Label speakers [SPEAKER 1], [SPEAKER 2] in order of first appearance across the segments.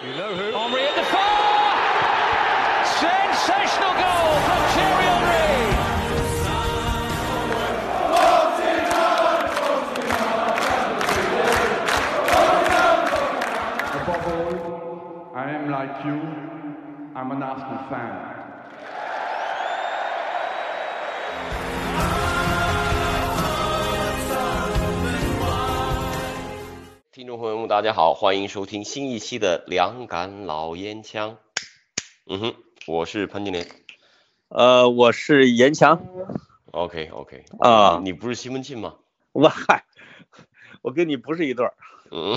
[SPEAKER 1] You know who?
[SPEAKER 2] Henry at the far! Sensational goal from Thierry Henry!
[SPEAKER 3] Above all, I am like you. I'm an Arsenal fan.
[SPEAKER 4] 听众朋友们，大家好，欢迎收听新一期的《两杆老烟枪》。嗯哼，我是潘金莲。
[SPEAKER 5] 呃，我是严强
[SPEAKER 4] OK OK，
[SPEAKER 5] 啊，
[SPEAKER 4] 你不是西门庆吗？
[SPEAKER 5] 我嗨， 我跟你不是一对儿，
[SPEAKER 4] 嗯，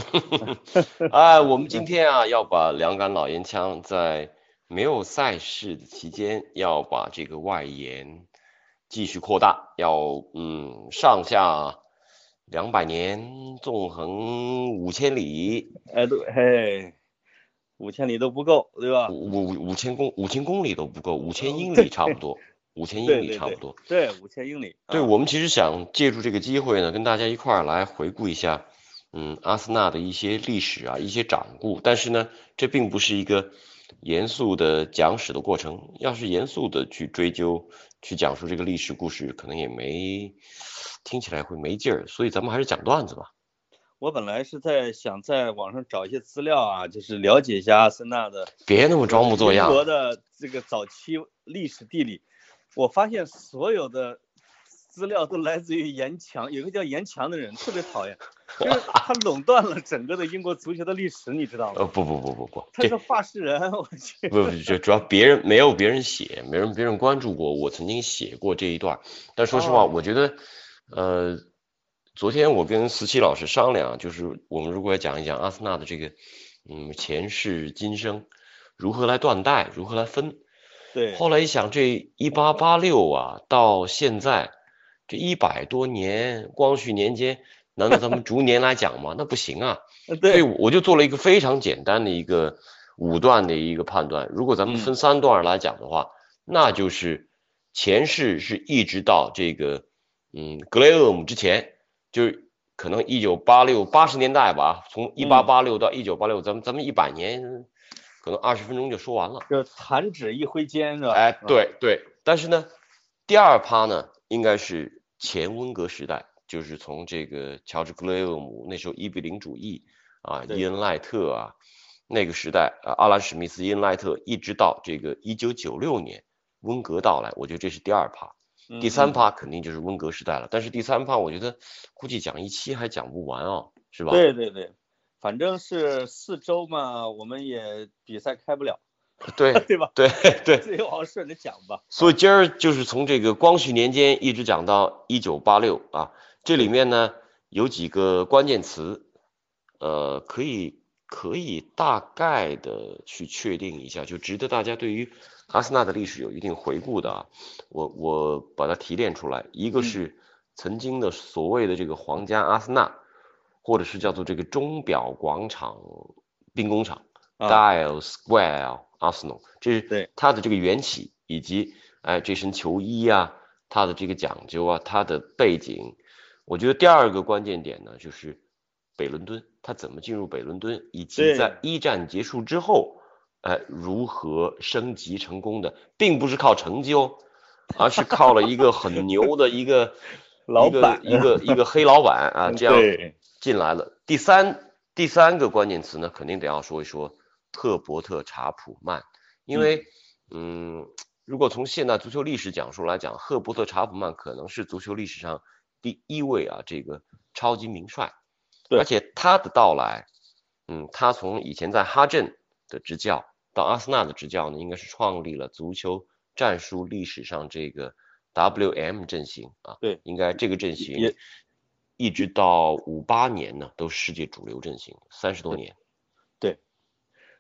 [SPEAKER 4] 哎，我们今天啊要把两杆老烟枪在没有赛事的期间，要把这个外延继续扩大，要嗯上下两百年，纵横五千里，
[SPEAKER 5] 哎对，嘿，五千里都不够，对吧？
[SPEAKER 4] 五五五千公五千公里都不够，五千英里差不多，五千英里
[SPEAKER 5] 对
[SPEAKER 4] 差不多。
[SPEAKER 5] 对，五千英里。
[SPEAKER 4] 对
[SPEAKER 5] 啊
[SPEAKER 4] 我们其实想借助这个机会呢，跟大家一块儿来回顾一下，嗯，阿森纳的一些历史啊，一些掌故。但是呢，这并不是一个严肃的讲史的过程。要是严肃的去追究、去讲述这个历史故事，可能也没听起来会没劲儿。所以咱们还是讲段子吧。
[SPEAKER 5] 我本来是在想在网上找一些资料啊，就是了解一下阿森纳的
[SPEAKER 4] 别那么装模作
[SPEAKER 5] 英
[SPEAKER 4] 样。
[SPEAKER 5] 国的这个早期历史地理。我发现所有的资料都来自于严强，有一个叫严强的人，特别 讨厌，就是他垄断了整个的英国足球的历史，你知道 吗？
[SPEAKER 4] 呃，不不不不不，
[SPEAKER 5] 他
[SPEAKER 4] 这
[SPEAKER 5] 是画事人，我去。
[SPEAKER 4] 不不，这主要别人没有别人写，没人别人关注过。我曾经写过这一段儿，但说实话，
[SPEAKER 5] 哦
[SPEAKER 4] 我觉得，呃，昨天我跟思琪老师商量，就是我们如果要讲一讲阿森纳的这个，嗯，前世今生，如何来断代，如何来分。
[SPEAKER 5] 对，
[SPEAKER 4] 后来一想，这一八八六啊，到现在这一百多年，光绪年间，难道咱们逐年来讲吗？那不行啊。所以
[SPEAKER 5] 对，
[SPEAKER 4] 我就做了一个非常简单的一个五段的一个判断。如果咱们分三段来讲的话，那就是前世是一直到这个嗯格雷厄姆之前，就是可能一九八六八十年代吧，从一八八六到一九八六，咱们咱们一百年，可能二十分钟就说完了。
[SPEAKER 5] 就是弹指一挥间，是吧？
[SPEAKER 4] 哎，对对，但是呢，第二趴呢，应该是前温格时代，就是从这个乔治格雷厄姆那时候伊比林主义啊，
[SPEAKER 5] 对
[SPEAKER 4] 伊恩赖特啊，那个时代啊，阿兰史密斯、伊恩赖特，一直到这个一九九六年温格到来，我觉得这是第二趴。
[SPEAKER 5] 嗯，
[SPEAKER 4] 第三
[SPEAKER 5] 嗯，
[SPEAKER 4] 趴肯定就是温格时代了，但是第三趴我觉得估计讲一期还讲不完哦，是吧？
[SPEAKER 5] 对对对，反正是四周嘛，我们也比赛开不了，
[SPEAKER 4] 对
[SPEAKER 5] 对吧？
[SPEAKER 4] 对对，
[SPEAKER 5] 所以我顺着讲吧。
[SPEAKER 4] 所以今儿就是从这个光绪年间一直讲到一九八六啊，这里面呢有几个关键词，呃，可以可以大概的去确定一下，就值得大家对于阿森纳的历史有一定回顾的啊。我我把它提炼出来，一
[SPEAKER 5] 嗯
[SPEAKER 4] 个是曾经的所谓的这个皇家阿森纳，或者是叫做这个钟表广场兵工厂。
[SPEAKER 5] 啊，
[SPEAKER 4] Dial Square Arsenal，这是
[SPEAKER 5] 对
[SPEAKER 4] 它的这个缘起，以及哎这身球衣啊，它的这个讲究啊，它的背景。我觉得第二个关键点呢，就是北伦敦，它怎么进入北伦敦，以及
[SPEAKER 5] 对
[SPEAKER 4] 在一战结束之后，哎如何升级成功的，并不是靠成绩哦，而是靠了一个很牛的一个
[SPEAKER 5] 老板
[SPEAKER 4] 一个一个一个黑老板 啊，这样
[SPEAKER 5] 对
[SPEAKER 4] 进来了。第三第三个关键词呢，肯定得要说一说特伯特·查普曼，因为嗯如果从现代足球历史讲述来讲，赫伯特·查普曼可能是足球历史上第一位啊这个超级名帅，
[SPEAKER 5] 对
[SPEAKER 4] 而且他的到来，嗯，他从以前在哈镇的执教到阿森纳的执教呢，应该是创立了足球战术历史上这个 WM 阵型啊，
[SPEAKER 5] 对
[SPEAKER 4] 应该这个阵型
[SPEAKER 5] 也
[SPEAKER 4] 一直到五八年呢，都是世界主流阵型，三十多年。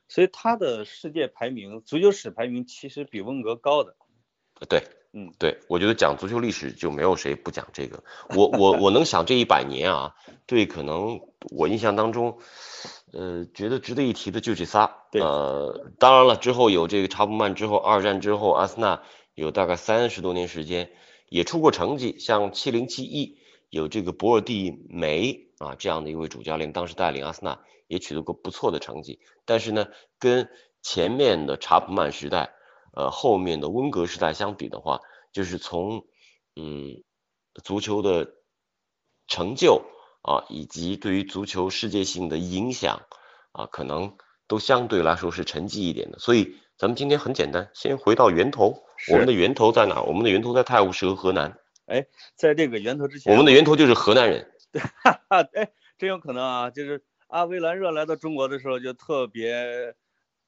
[SPEAKER 5] 所以他的世界排名、足球史排名其实比温格高的。
[SPEAKER 4] 呃对，
[SPEAKER 5] 嗯，
[SPEAKER 4] 对，我觉得讲足球历史就没有谁不讲这个。我我我能想这一百年啊，对，可能我印象当中，呃，觉得值得一提的就这仨。
[SPEAKER 5] 对
[SPEAKER 4] 呃，当然了，之后有这个查普曼之后，二战之后，阿森纳有大概三十多年时间也出过成绩，像七零七一有这个博尔蒂梅啊这样的一位主教练，当时带领阿森纳也取得过不错的成绩。但是呢，跟前面的查普曼时代，呃，后面的温格时代相比的话，就是从嗯足球的成就啊，以及对于足球世界性的影响啊，可能都相对来说是沉寂一点的。所以咱们今天很简单，先回到源头，我们的源头在哪？我们的源头在泰晤士河河南，
[SPEAKER 5] 在这个源头之前，
[SPEAKER 4] 我们的源头就是河南人。
[SPEAKER 5] 哈哈，哎，真有可能啊！就是阿维兰热来到中国的时候，就特别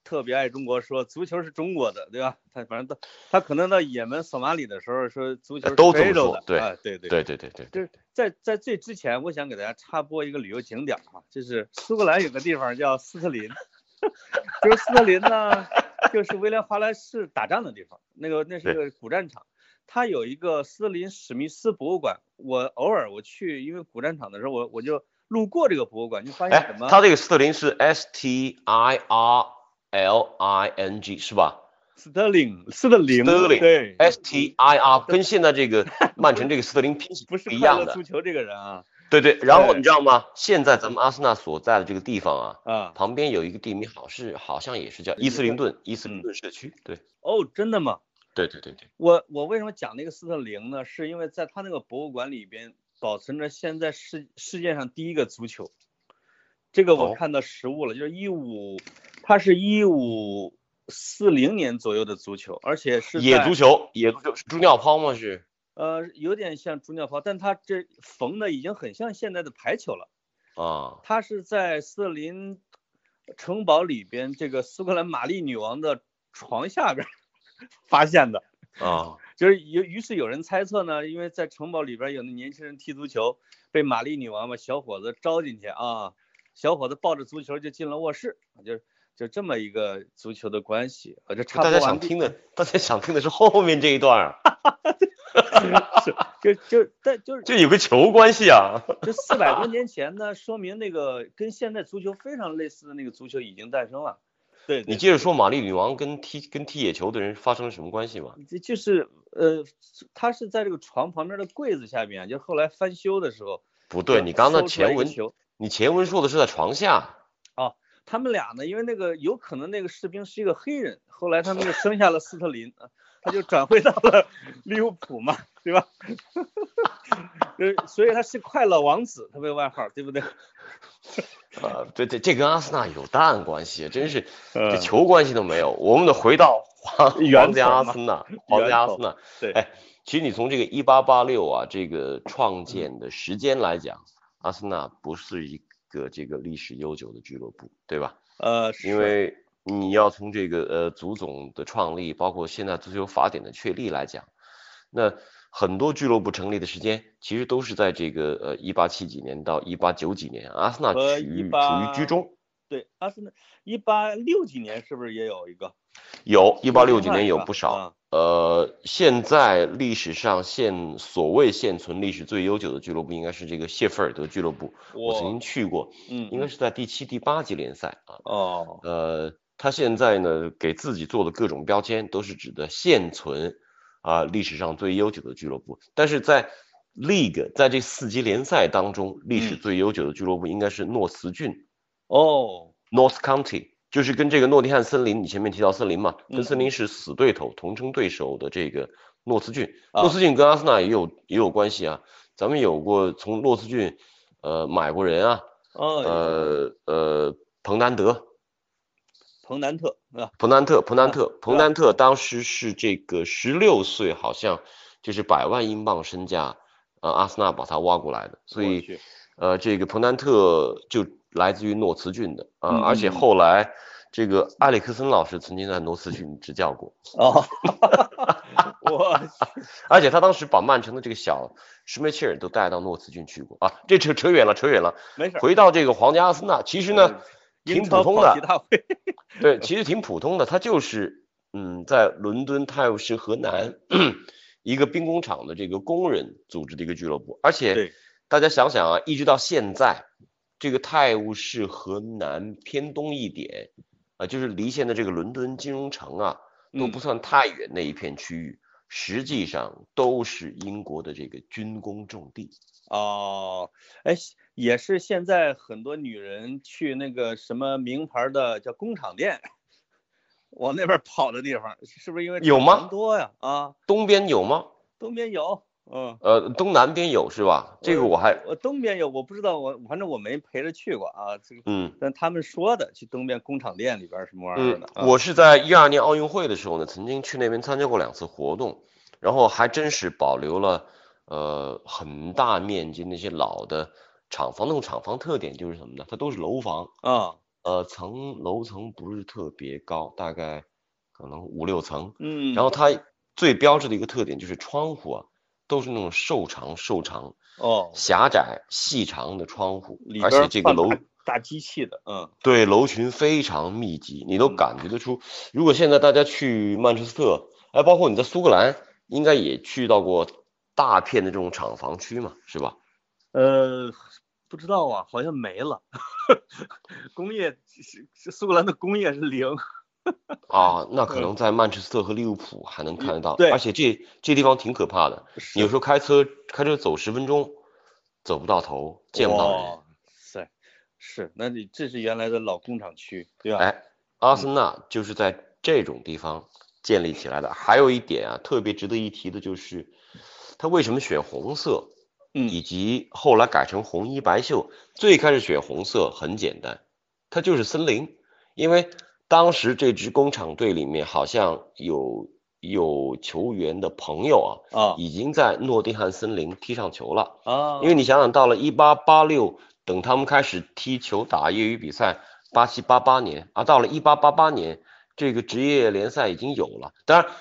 [SPEAKER 5] 特别爱中国说，足球是中国的，对吧？他反正到他可能到也门、索马里的时候说足球
[SPEAKER 4] 哎都
[SPEAKER 5] 是
[SPEAKER 4] 这么
[SPEAKER 5] 非洲
[SPEAKER 4] 说
[SPEAKER 5] 的，
[SPEAKER 4] 对
[SPEAKER 5] 啊、对对。
[SPEAKER 4] 对对对对，
[SPEAKER 5] 就是在在最之前，我想给大家插播一个旅游景点啊，就是苏格兰有个地方叫斯特林， 就是斯特林呢，就是威廉华莱士打仗的地方，那个那是个古战场，它有一个斯特林史密斯博物馆，我偶尔我去，因为古战场的时候我我就路过这个博物馆，就发现
[SPEAKER 4] 哎
[SPEAKER 5] 什，么、
[SPEAKER 4] 他这个斯特林是 S T I R L I N G 是吧
[SPEAKER 5] 斯特林斯特
[SPEAKER 4] 斯
[SPEAKER 5] 林
[SPEAKER 4] 特林哎
[SPEAKER 5] 对
[SPEAKER 4] ？S T I R 跟现在这个曼城这个斯特林拼写
[SPEAKER 5] 不是
[SPEAKER 4] 不一
[SPEAKER 5] 快
[SPEAKER 4] 样
[SPEAKER 5] 乐
[SPEAKER 4] 的
[SPEAKER 5] 足。球这个人啊
[SPEAKER 4] 对对，然后
[SPEAKER 5] 对
[SPEAKER 4] 你知道吗？现在咱们阿森纳所在的这个地方啊，
[SPEAKER 5] 啊
[SPEAKER 4] 旁边有一个地名，好是好像也是叫伊斯林
[SPEAKER 5] 嗯
[SPEAKER 4] 顿伊斯林顿社区。对
[SPEAKER 5] 哦真的吗？
[SPEAKER 4] 对对对对，
[SPEAKER 5] 我我为什么讲那个斯特林呢？是因为在他那个博物馆里边保存着现在世世界上第一个足球，这个我
[SPEAKER 4] 哦
[SPEAKER 5] 看到实物了，就是一五，它是一五四零年左右的足球，而且是
[SPEAKER 4] 野
[SPEAKER 5] 在
[SPEAKER 4] 足球，野足球是猪尿泡吗？是
[SPEAKER 5] 呃有点像猪尿泡，但它这缝的已经很像现在的排球了。
[SPEAKER 4] 啊，
[SPEAKER 5] 它是在斯特林城堡里边这个苏格兰玛丽女王的床下边儿 发现的。
[SPEAKER 4] 啊，
[SPEAKER 5] 就是有，于是有人猜测呢，因为在城堡里边有那年轻人踢足球，被玛丽女王把小伙子招进去啊，小伙子抱着足球就进了卧室，就是就这么一个足球的关系。我这差
[SPEAKER 4] 大家
[SPEAKER 5] 不多啊
[SPEAKER 4] 想
[SPEAKER 5] 完毕。
[SPEAKER 4] 听的，大家想听的是后面这一段啊，
[SPEAKER 5] 就就但就是
[SPEAKER 4] 这有个球关系啊。
[SPEAKER 5] 这四百多年前呢，说明那个跟现在足球非常类似的那个足球已经诞生了。对，
[SPEAKER 4] 你
[SPEAKER 5] 对
[SPEAKER 4] 接着说，玛丽女王跟踢跟踢野球的人发生了什么关系吗？
[SPEAKER 5] 这就是呃，他是在这个床旁边的柜子下面，就后来翻修的时候，
[SPEAKER 4] 不对，你刚刚那
[SPEAKER 5] 搜出来一
[SPEAKER 4] 前
[SPEAKER 5] 个
[SPEAKER 4] 文，
[SPEAKER 5] 球
[SPEAKER 4] 你前文说的是在床下，
[SPEAKER 5] 他们俩呢，因为那个有可能那个士兵是一个黑人，后来他们就生下了斯特林，啊他就转会到了 利物浦嘛，对吧？ 呃，所以他是快乐王子，他被外号，对不对？
[SPEAKER 4] 呃，对对，这跟阿森纳有蛋关系，真是这
[SPEAKER 5] 呃
[SPEAKER 4] 球关系都没有。我们得回到皇
[SPEAKER 5] 源
[SPEAKER 4] 皇家
[SPEAKER 5] 头
[SPEAKER 4] 阿
[SPEAKER 5] 嘛
[SPEAKER 4] 森纳，皇
[SPEAKER 5] 源
[SPEAKER 4] 家阿
[SPEAKER 5] 头
[SPEAKER 4] 森纳。
[SPEAKER 5] 对
[SPEAKER 4] 哎，其实你从这个一八八六啊这个创建的时间来讲，阿森纳不是一个这个历史悠久的俱乐部，对吧？
[SPEAKER 5] 呃，
[SPEAKER 4] 因为你要从这个呃足总的创立，包括现在足球法典的确立来讲，那很多俱乐部成立的时间其实都是在这个呃一八七几年到一八九几年，阿森纳处
[SPEAKER 5] 和
[SPEAKER 4] 于处于
[SPEAKER 5] 18
[SPEAKER 4] 居中，
[SPEAKER 5] 对阿森纳一八六几年是不是也有一个？啊
[SPEAKER 4] 有一八六几
[SPEAKER 5] 1965
[SPEAKER 4] 年有不少。呃，现在历史上现所谓现存历史最悠久的俱乐部，应该是这个谢菲尔德俱乐部。我曾经
[SPEAKER 5] 我
[SPEAKER 4] 去过，
[SPEAKER 5] 嗯，
[SPEAKER 4] 应该是在第七、第八级联赛啊。
[SPEAKER 5] 哦，
[SPEAKER 4] 呃，他现在呢给自己做的各种标签，都是指的现存啊、历史上最悠久的俱乐部。但是在 League 在这四级联赛当中，历史
[SPEAKER 5] 嗯
[SPEAKER 4] 最悠久的俱乐部应该是诺茨郡
[SPEAKER 5] 哦，
[SPEAKER 4] （North County），就是跟这个诺丁汉森林，你前面提到森林嘛，跟森
[SPEAKER 5] 嗯
[SPEAKER 4] 林是死对头、同称对手的这个诺茨郡。
[SPEAKER 5] 啊
[SPEAKER 4] 诺茨郡跟阿森纳也有也有关系啊，咱们有过从诺茨郡呃买过人啊，
[SPEAKER 5] 哦，
[SPEAKER 4] 呃呃彭南德。
[SPEAKER 5] 彭南特啊，
[SPEAKER 4] 彭南特，彭南
[SPEAKER 5] 啊
[SPEAKER 4] 特，彭
[SPEAKER 5] 对啊
[SPEAKER 4] 南特当时是这个十六岁，好像就是百万英镑身价，呃，阿森纳把他挖过来的，所
[SPEAKER 5] 我
[SPEAKER 4] 以
[SPEAKER 5] 去
[SPEAKER 4] 呃，这个彭南特就来自于诺茨郡的啊、
[SPEAKER 5] 嗯
[SPEAKER 4] 而且
[SPEAKER 5] 嗯嗯
[SPEAKER 4] 后来这个埃里克森老师曾经在诺茨郡执教过，
[SPEAKER 5] 哦， 我去
[SPEAKER 4] 而且他当时把曼城的这个小施梅切尔都带到诺茨郡去过啊，这扯扯远了，扯远了，
[SPEAKER 5] 没事儿，
[SPEAKER 4] 回到这个皇家阿森纳，其实呢。挺
[SPEAKER 5] 英
[SPEAKER 4] 普
[SPEAKER 5] 超
[SPEAKER 4] 通
[SPEAKER 5] 跑
[SPEAKER 4] 的
[SPEAKER 5] 题大会，
[SPEAKER 4] 对，其实挺普通的，它就是嗯，在伦敦泰晤士河南一个兵工厂的这个工人组织的一个俱乐部，而且
[SPEAKER 5] 对
[SPEAKER 4] 大家想想啊，一直到现在，这个泰晤士河南偏东一点啊、就是离现在这个伦敦金融城啊都
[SPEAKER 5] 嗯
[SPEAKER 4] 不算太远那一片区域，实际上都是英国的这个军工重地。
[SPEAKER 5] 哦，哎，也是现在很多女人去那个什么名牌的叫工厂店，往那边跑的地方，是不是因为
[SPEAKER 4] 有吗
[SPEAKER 5] 厂房多呀？啊，
[SPEAKER 4] 东边有吗？
[SPEAKER 5] 东边有，嗯。
[SPEAKER 4] 呃，东南边有是吧？这个我还
[SPEAKER 5] 我东边有，我不知道，我反正我没陪着去过啊。这个，
[SPEAKER 4] 嗯
[SPEAKER 5] 但他们说的去东边工厂店里边什么玩意儿
[SPEAKER 4] 嗯
[SPEAKER 5] 的，，啊
[SPEAKER 4] 我是在一二年奥运会的时候呢，曾经去那边参加过两次活动，然后还真是保留了呃很大面积那些老的厂房。那种厂房特点就是什么呢？它都是楼房，
[SPEAKER 5] 啊，
[SPEAKER 4] 呃，层楼层不是特别高，大概可能五六层。
[SPEAKER 5] 嗯，
[SPEAKER 4] 然后它最标志的一个特点就是窗户啊，都是那种瘦长瘦长、
[SPEAKER 5] 哦，
[SPEAKER 4] 狭窄细长的窗户
[SPEAKER 5] 里，
[SPEAKER 4] 而
[SPEAKER 5] 边
[SPEAKER 4] 且这个
[SPEAKER 5] 放
[SPEAKER 4] 楼
[SPEAKER 5] 大大机器的，嗯
[SPEAKER 4] 对，楼群非常密集，你都
[SPEAKER 5] 嗯
[SPEAKER 4] 感觉得出。如果现在大家去曼彻斯特，哎，包括你在苏格兰，应该也去到过大片的这种厂房区嘛，是吧？
[SPEAKER 5] 呃，不知道啊，好像没了。 工业是是苏格兰的工业是零，
[SPEAKER 4] 啊，那可
[SPEAKER 5] 嗯
[SPEAKER 4] 能在曼彻斯特和利物浦还能看得到，
[SPEAKER 5] 对
[SPEAKER 4] 而且这这地方挺可怕的，你有时候开车开车走十分钟，走不到头，见不到人。
[SPEAKER 5] 哇塞，是，那你这是原来的老工厂区，对吧？
[SPEAKER 4] 哎，阿森纳就是在这种地方建立起来的。还有一点啊，特别值得一提的就是，他为什么选红色，
[SPEAKER 5] 嗯
[SPEAKER 4] 以及后来改成红衣白袖。最开始选红色很简单，它就是森林，因为当时这支工厂队里面好像有有球员的朋友啊，
[SPEAKER 5] 啊
[SPEAKER 4] 已经在诺丁汉森林踢上球了。
[SPEAKER 5] 啊，
[SPEAKER 4] 因为你想想，到了一八八六，等他们开始踢球打业余比赛，八七八八年啊，到了一八八八年，这个职业联赛已经有了。当然，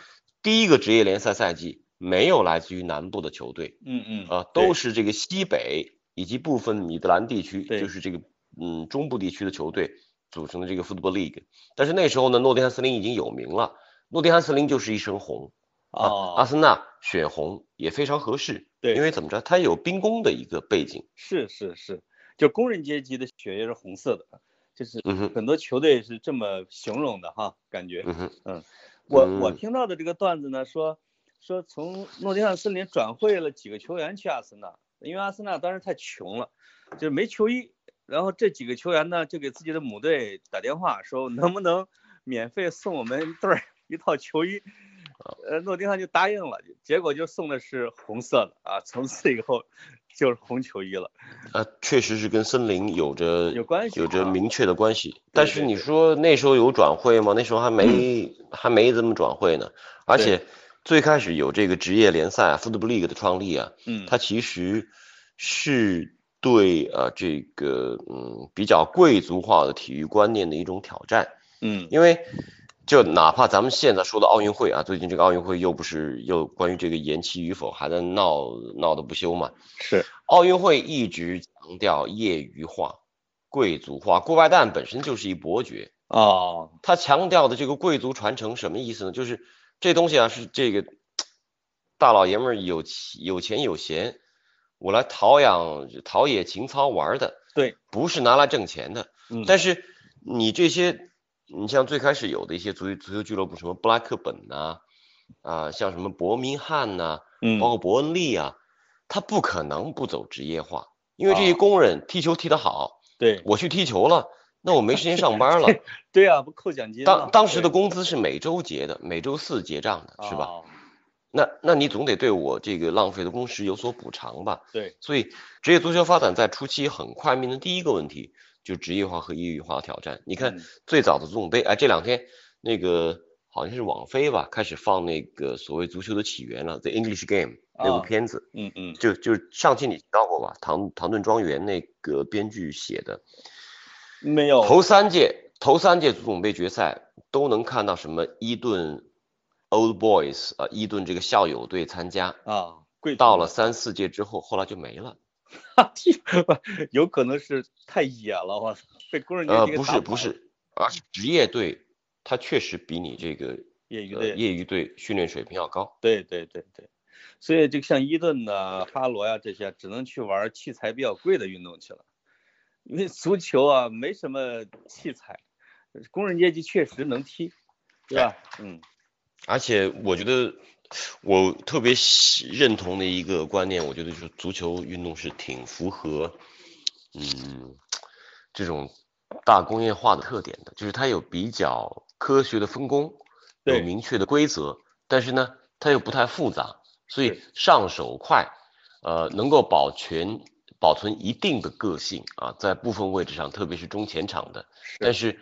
[SPEAKER 4] 第一个职业联赛赛季没有来自于南部的球队，
[SPEAKER 5] 嗯嗯
[SPEAKER 4] 啊，
[SPEAKER 5] 对
[SPEAKER 4] 都是这个西北以及部分米德兰地区，
[SPEAKER 5] 对
[SPEAKER 4] 就是这个嗯中部地区的球队组成的这个 Football League。但是那时候呢，诺丁汉森林已经有名了，诺丁汉森林就是一身红啊，阿
[SPEAKER 5] 啊，
[SPEAKER 4] 森纳选红也非常合适，
[SPEAKER 5] 对
[SPEAKER 4] 因为怎么着，它有兵工的一个背景，
[SPEAKER 5] 是是是，就工人阶级的血液是红色的，就是
[SPEAKER 4] 嗯哼，
[SPEAKER 5] 很多球队是这么形容的哈，感觉。
[SPEAKER 4] 嗯哼，
[SPEAKER 5] 我我
[SPEAKER 4] 嗯
[SPEAKER 5] 听到的这个段子呢，说说从诺丁汉森林转会了几个球员去阿森纳，因为阿森纳当时太穷了，就是没球衣。然后这几个球员呢，就给自己的母队打电话说，能不能免费送我们队儿 一套球衣？
[SPEAKER 4] 哦
[SPEAKER 5] 呃，诺丁汉就答应了，结果就送的是红色的啊，从此以后就是红球衣了。
[SPEAKER 4] 啊，确实是跟森林有着
[SPEAKER 5] 有关系
[SPEAKER 4] 有着
[SPEAKER 5] 啊
[SPEAKER 4] 明确的关系。但
[SPEAKER 5] 对
[SPEAKER 4] 是
[SPEAKER 5] 对
[SPEAKER 4] 你
[SPEAKER 5] 对
[SPEAKER 4] 说那时候有转会吗？那时候还没还没怎么转会呢。而
[SPEAKER 5] 对
[SPEAKER 4] 且最开始有这个职业联赛啊 Football League 的创立啊，
[SPEAKER 5] 嗯，
[SPEAKER 4] 它其实是对呃这个嗯比较贵族化的体育观念的一种挑战。
[SPEAKER 5] 嗯
[SPEAKER 4] 因为就哪怕咱们现在说的奥运会啊，最近这个奥运会又不是又关于这个延期与否还在闹闹得不休嘛。
[SPEAKER 5] 是
[SPEAKER 4] 奥运会一直强调业余化、贵族化。顾拜旦本身就是一伯爵，
[SPEAKER 5] 哦，
[SPEAKER 4] 他强调的这个贵族传承什么意思呢？就是这东西啊，是这个大老爷们儿有钱有钱有闲，我来陶养陶冶情操玩儿的，
[SPEAKER 5] 对，
[SPEAKER 4] 不是拿来挣钱的。
[SPEAKER 5] 嗯
[SPEAKER 4] 但是你这些，你像最开始有的一些足足球俱乐部，什么布莱克本呐、啊，像什么伯明翰呐、
[SPEAKER 5] 嗯
[SPEAKER 4] 包括伯恩利啊，他不可能不走职业化，因为这些
[SPEAKER 5] 啊
[SPEAKER 4] 工人踢球踢得好，
[SPEAKER 5] 对
[SPEAKER 4] 我去踢球了，那我没时间上 班了。
[SPEAKER 5] 对啊，不扣奖金吗
[SPEAKER 4] 当当时的
[SPEAKER 5] 对
[SPEAKER 4] 工资是每周结的，每周四结账的，是吧？
[SPEAKER 5] 哦
[SPEAKER 4] 那那你总得对我这个浪费的工时有所补偿吧？
[SPEAKER 5] 对，
[SPEAKER 4] 所以职业足球发展在初期很快面临第一个问题，就职业化和业余化的挑战。你看
[SPEAKER 5] 嗯
[SPEAKER 4] 最早的足总杯，哎，这两天那个好像是网飞吧，开始放那个所谓足球的起源了，《The English Game》那
[SPEAKER 5] 啊
[SPEAKER 4] 部片子，
[SPEAKER 5] 嗯嗯
[SPEAKER 4] 就就是上期你提到过吧，唐唐顿庄园那个编剧写的，
[SPEAKER 5] 没有
[SPEAKER 4] 头三届头三届足总杯决赛都能看到什么伊顿 Old Boys 啊、伊顿这个校友队参加，
[SPEAKER 5] 啊，贵族
[SPEAKER 4] 到了三四届之后，后来就没了。
[SPEAKER 5] 有可能是太野了，我操，被工人阶
[SPEAKER 4] 呃，
[SPEAKER 5] 级给
[SPEAKER 4] 不
[SPEAKER 5] 打
[SPEAKER 4] 是
[SPEAKER 5] 跑
[SPEAKER 4] 不是，而是职业队，它确实比你这个
[SPEAKER 5] 业余
[SPEAKER 4] 呃
[SPEAKER 5] 队，
[SPEAKER 4] 业余队训练水平要高。
[SPEAKER 5] 对对对对，所以这个像伊顿呐、哈罗呀、这些，只能去玩器材比较贵的运动去了，因为足球啊没什么器材，工人阶级确实能踢，对吧？嗯
[SPEAKER 4] 而且我觉得我特别喜认同的一个观念，我觉得就是足球运动是挺符合嗯，这种大工业化的特点的，就是它有比较科学的分工，有
[SPEAKER 5] 对
[SPEAKER 4] 明确的规则，但是呢，它又不太复杂，所以
[SPEAKER 5] 对
[SPEAKER 4] 上手快，呃，能够保全保存一定的个性啊，在部分位置上，特别是中前场的，但是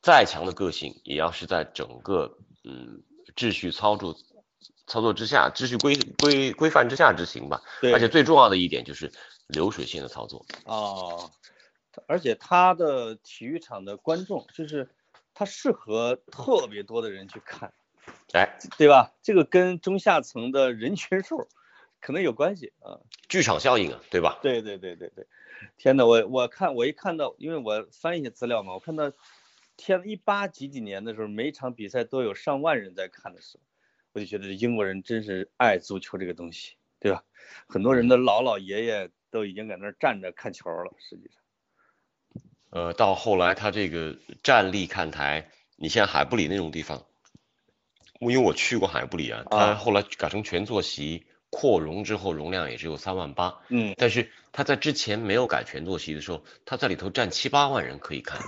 [SPEAKER 4] 再强的个性也要是在整个嗯秩序操作操作之下，秩序规规规范之下执行吧。
[SPEAKER 5] 对，
[SPEAKER 4] 而且最重要的一点就是流水线的操作。
[SPEAKER 5] 哦，而且他的体育场的观众就是他适合特别多的人去看，
[SPEAKER 4] 哎，
[SPEAKER 5] 对吧？这个跟中下层的人群数可能有关系啊。
[SPEAKER 4] 剧场效应啊，对吧？
[SPEAKER 5] 对对对对对，天呐，我我看我一看到，因为我翻一些资料嘛，我看到，天，一八几几年的时候，每一场比赛都有上万人在看的时候，我就觉得这英国人真是爱足球这个东西，对吧？很多人的老老爷爷都已经在那儿站着看球了，实际上。
[SPEAKER 4] 呃，到后来他这个站立看台，你像海布里那种地方，因为我去过海布里啊，
[SPEAKER 5] 啊
[SPEAKER 4] 它后来改成全坐席，扩容之后容量也只有三万八，
[SPEAKER 5] 嗯，
[SPEAKER 4] 但是他在之前没有改全坐席的时候，他在里头站七八万人可以看，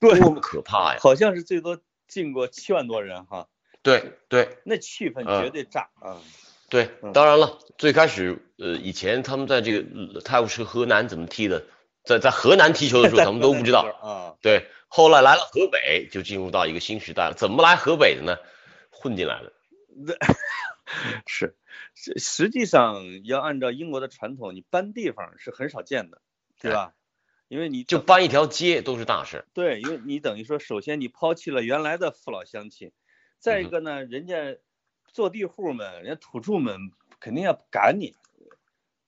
[SPEAKER 5] 对
[SPEAKER 4] 多么可怕呀！
[SPEAKER 5] 好像是最多进过七万多人哈，
[SPEAKER 4] 对对
[SPEAKER 5] 那气氛
[SPEAKER 4] 嗯
[SPEAKER 5] 绝对炸啊！
[SPEAKER 4] 对，当然了，最开始呃，以前他们在这个呃泰晤士河南怎么踢的，在在河南踢球 的时候，
[SPEAKER 5] 在
[SPEAKER 4] 咱们都
[SPEAKER 5] 河
[SPEAKER 4] 不
[SPEAKER 5] 南
[SPEAKER 4] 知
[SPEAKER 5] 那
[SPEAKER 4] 道
[SPEAKER 5] 边。啊。
[SPEAKER 4] 对，后来来了河北，就进入到一个新时代了。怎么来河北的呢？混进来的。
[SPEAKER 5] 是，实实际上要按照英国的传统，你搬地方是很少见的，对
[SPEAKER 4] 哎
[SPEAKER 5] 吧？因为你
[SPEAKER 4] 就
[SPEAKER 5] 等
[SPEAKER 4] 搬一条街都是大事儿。
[SPEAKER 5] 对，因为你等于说，首先你抛弃了原来的父老乡亲，再
[SPEAKER 4] 嗯
[SPEAKER 5] 一
[SPEAKER 4] 哼
[SPEAKER 5] 个呢，人家坐地户们，人家土著们肯定要赶你，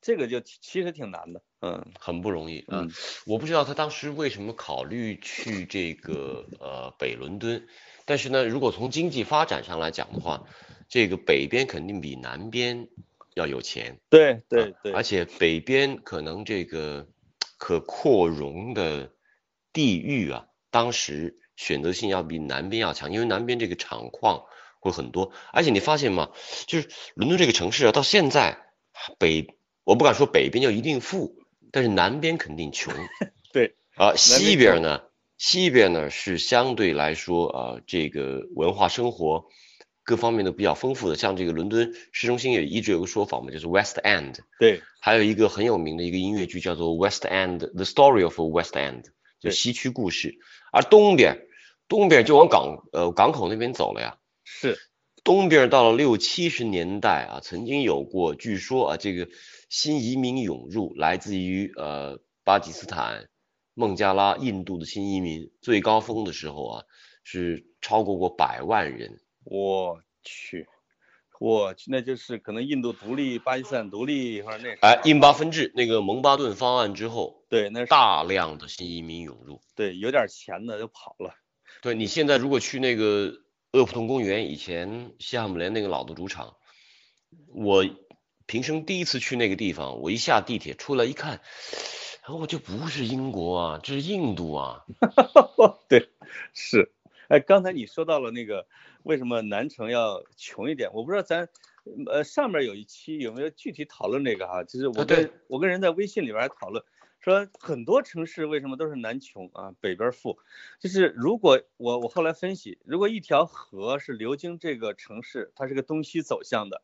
[SPEAKER 5] 这个就其其实挺难的。嗯
[SPEAKER 4] 很不容易啊、
[SPEAKER 5] 嗯
[SPEAKER 4] 我不知道他当时为什么考虑去这个呃北伦敦，但是呢，如果从经济发展上来讲的话，这个北边肯定比南边要有钱，
[SPEAKER 5] 对对对，。
[SPEAKER 4] 嗯而且北边可能这个可扩容的地域啊，当时选择性要比南边要强，因为南边这个厂矿会很多，而且你发现吗？就是伦敦这个城市啊，到现在北，我不敢说北边就一定富，但是南边肯定穷
[SPEAKER 5] 对，
[SPEAKER 4] 啊，西边
[SPEAKER 5] 穷
[SPEAKER 4] 呢，西边呢是相对来说啊、这个文化生活各方面都比较丰富的，像这个伦敦市中心也一直有个说法嘛，就是 West End。
[SPEAKER 5] 对
[SPEAKER 4] 还有一个很有名的一个音乐剧叫做《West End》，The Story of West End，就
[SPEAKER 5] 对
[SPEAKER 4] 西区故事。而东边，东边就往港呃港口那边走了呀。
[SPEAKER 5] 是，
[SPEAKER 4] 东边到了六七十年代啊，曾经有过，据说啊，这个新移民涌入，来自于呃巴基斯坦、孟加拉、印度的新移民，最高峰的时候啊，是超过过百万人。
[SPEAKER 5] 我去，我去，那就是可能印度独立、巴基斯坦独立或者那啥
[SPEAKER 4] 哎，印巴分治那个蒙巴顿方案之后，
[SPEAKER 5] 对，那是
[SPEAKER 4] 大量的新移民涌入。
[SPEAKER 5] 对有点钱的就跑了。
[SPEAKER 4] 对你现在如果去那个厄普顿公园，以前西汉姆联那个老的主场，我平生第一次去那个地方，我一下地铁出来一看，然后我就不是英国啊，这是印度啊，
[SPEAKER 5] 对，是。哎，刚才你说到了那个为什么南城要穷一点，我不知道咱呃上面有一期有没有具体讨论这个哈、就是我
[SPEAKER 4] 啊对
[SPEAKER 5] 跟、我跟人在微信里边还讨论说，很多城市为什么都是南穷啊，北边富，就是如果我我后来分析，如果一条河是流经这个城市，它是个东西走向的，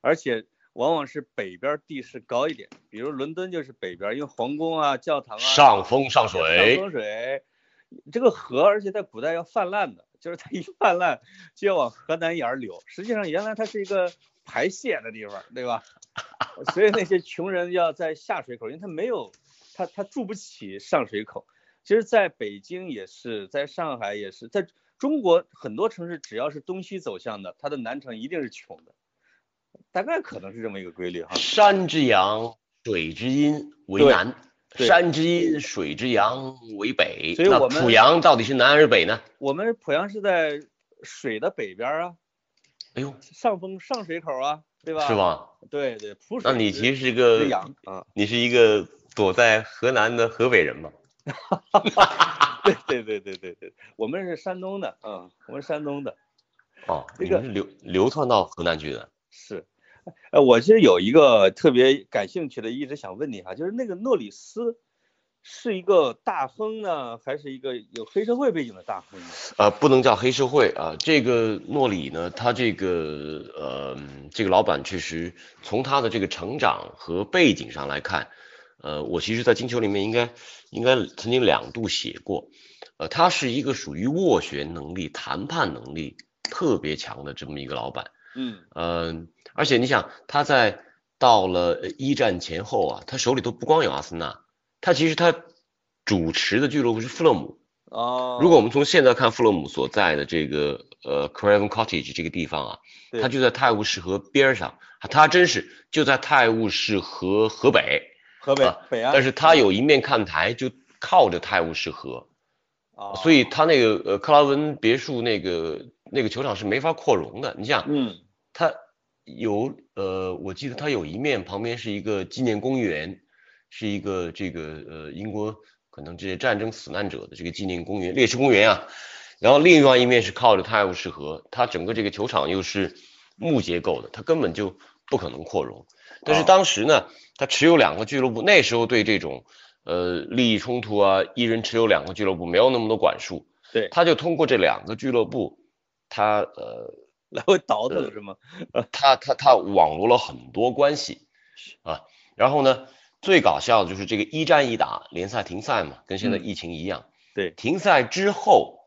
[SPEAKER 5] 而且。往往是北边地势高一点，比如伦敦就是北边，因为皇宫啊、教堂啊、
[SPEAKER 4] 上风上
[SPEAKER 5] 上
[SPEAKER 4] 水，
[SPEAKER 5] 风水，这个河，而且在古代要泛滥的，就是它一泛滥就要往河南沿儿流。实际上，原来它是一个排泄的地方，对吧？ 所以那些穷人要在下水口，因为他没有，他他住不起上水口。其实，在北京也是，在上海也是，在中国很多城市，只要是东西走向的，它的南城一定是穷的，大概可能是这么一个规律哈。
[SPEAKER 4] 山之阳，水之阴为
[SPEAKER 5] 对
[SPEAKER 4] 南，
[SPEAKER 5] 对
[SPEAKER 4] 山之阴，水之阳为北。
[SPEAKER 5] 所以
[SPEAKER 4] 那
[SPEAKER 5] 我
[SPEAKER 4] 濮
[SPEAKER 5] 们
[SPEAKER 4] 阳到底是南还是北呢？
[SPEAKER 5] 我们濮阳是在水的北边啊，
[SPEAKER 4] 哎呦，
[SPEAKER 5] 上风上水口啊，对吧？
[SPEAKER 4] 是？吧？
[SPEAKER 5] 对对，普水
[SPEAKER 4] 那你
[SPEAKER 5] 之
[SPEAKER 4] 其实是
[SPEAKER 5] 之
[SPEAKER 4] 个，
[SPEAKER 5] 阳啊，
[SPEAKER 4] 你是一个躲在河南的河北人吧？
[SPEAKER 5] 对对对对对对，我们是山东的啊，我们是山东的
[SPEAKER 4] 哦，
[SPEAKER 5] 这
[SPEAKER 4] 你
[SPEAKER 5] 个
[SPEAKER 4] 们是流流窜到河南去的。
[SPEAKER 5] 是。呃，我其实有一个特别感兴趣的，一直想问你哈，就是那个诺里斯是一个大亨呢，还是一个有黑社会背景的大亨呢？
[SPEAKER 4] 呃，不能叫黑社会啊。这个诺里呢，他这个呃，这个老板确实从他的这个成长和背景上来看，呃，我其实在金球里面应该应该曾经两度写过，呃，他是一个属于斡旋能力、谈判能力特别强的这么一个老板。
[SPEAKER 5] 嗯
[SPEAKER 4] 嗯，而且你想，他在到了呃一战前后啊，他手里头不光有阿森纳，他其实他主持的俱乐部是富勒姆。
[SPEAKER 5] 哦，
[SPEAKER 4] 如果我们从现在看富勒姆所在的这个呃 Craven Cottage 这个地方啊，
[SPEAKER 5] 对
[SPEAKER 4] 它就在泰晤士河边儿上，啊它真是就在泰晤士河河北，
[SPEAKER 5] 河北、
[SPEAKER 4] 啊
[SPEAKER 5] 北岸，
[SPEAKER 4] 但是它有一面看台就靠着泰晤士河，
[SPEAKER 5] 哦
[SPEAKER 4] 所以它那个呃克拉文别墅那个那个球场是没法扩容的。你想，
[SPEAKER 5] 嗯
[SPEAKER 4] 它有呃，我记得它有一面旁边是一个纪念公园，是一个这个呃英国可能这些战争死难者的这个纪念公园，烈士公园啊。然后另外一面是靠着泰晤士河，它整个这个球场又是木结构的，它根本就不可能扩容。但是
[SPEAKER 5] 哦
[SPEAKER 4] 当时呢，他持有两个俱乐部，那时候对这种呃利益冲突啊，一人持有两个俱乐部没有那么多管束，
[SPEAKER 5] 对
[SPEAKER 4] 他就通过这两个俱乐部，他呃
[SPEAKER 5] 来回倒腾
[SPEAKER 4] 呃
[SPEAKER 5] 是吗？
[SPEAKER 4] 他他他网罗了很多关系啊，然后呢，最搞笑的就是这个一战一打，联赛停赛嘛，跟现在
[SPEAKER 5] 嗯
[SPEAKER 4] 疫情一样。
[SPEAKER 5] 对
[SPEAKER 4] 停赛之后，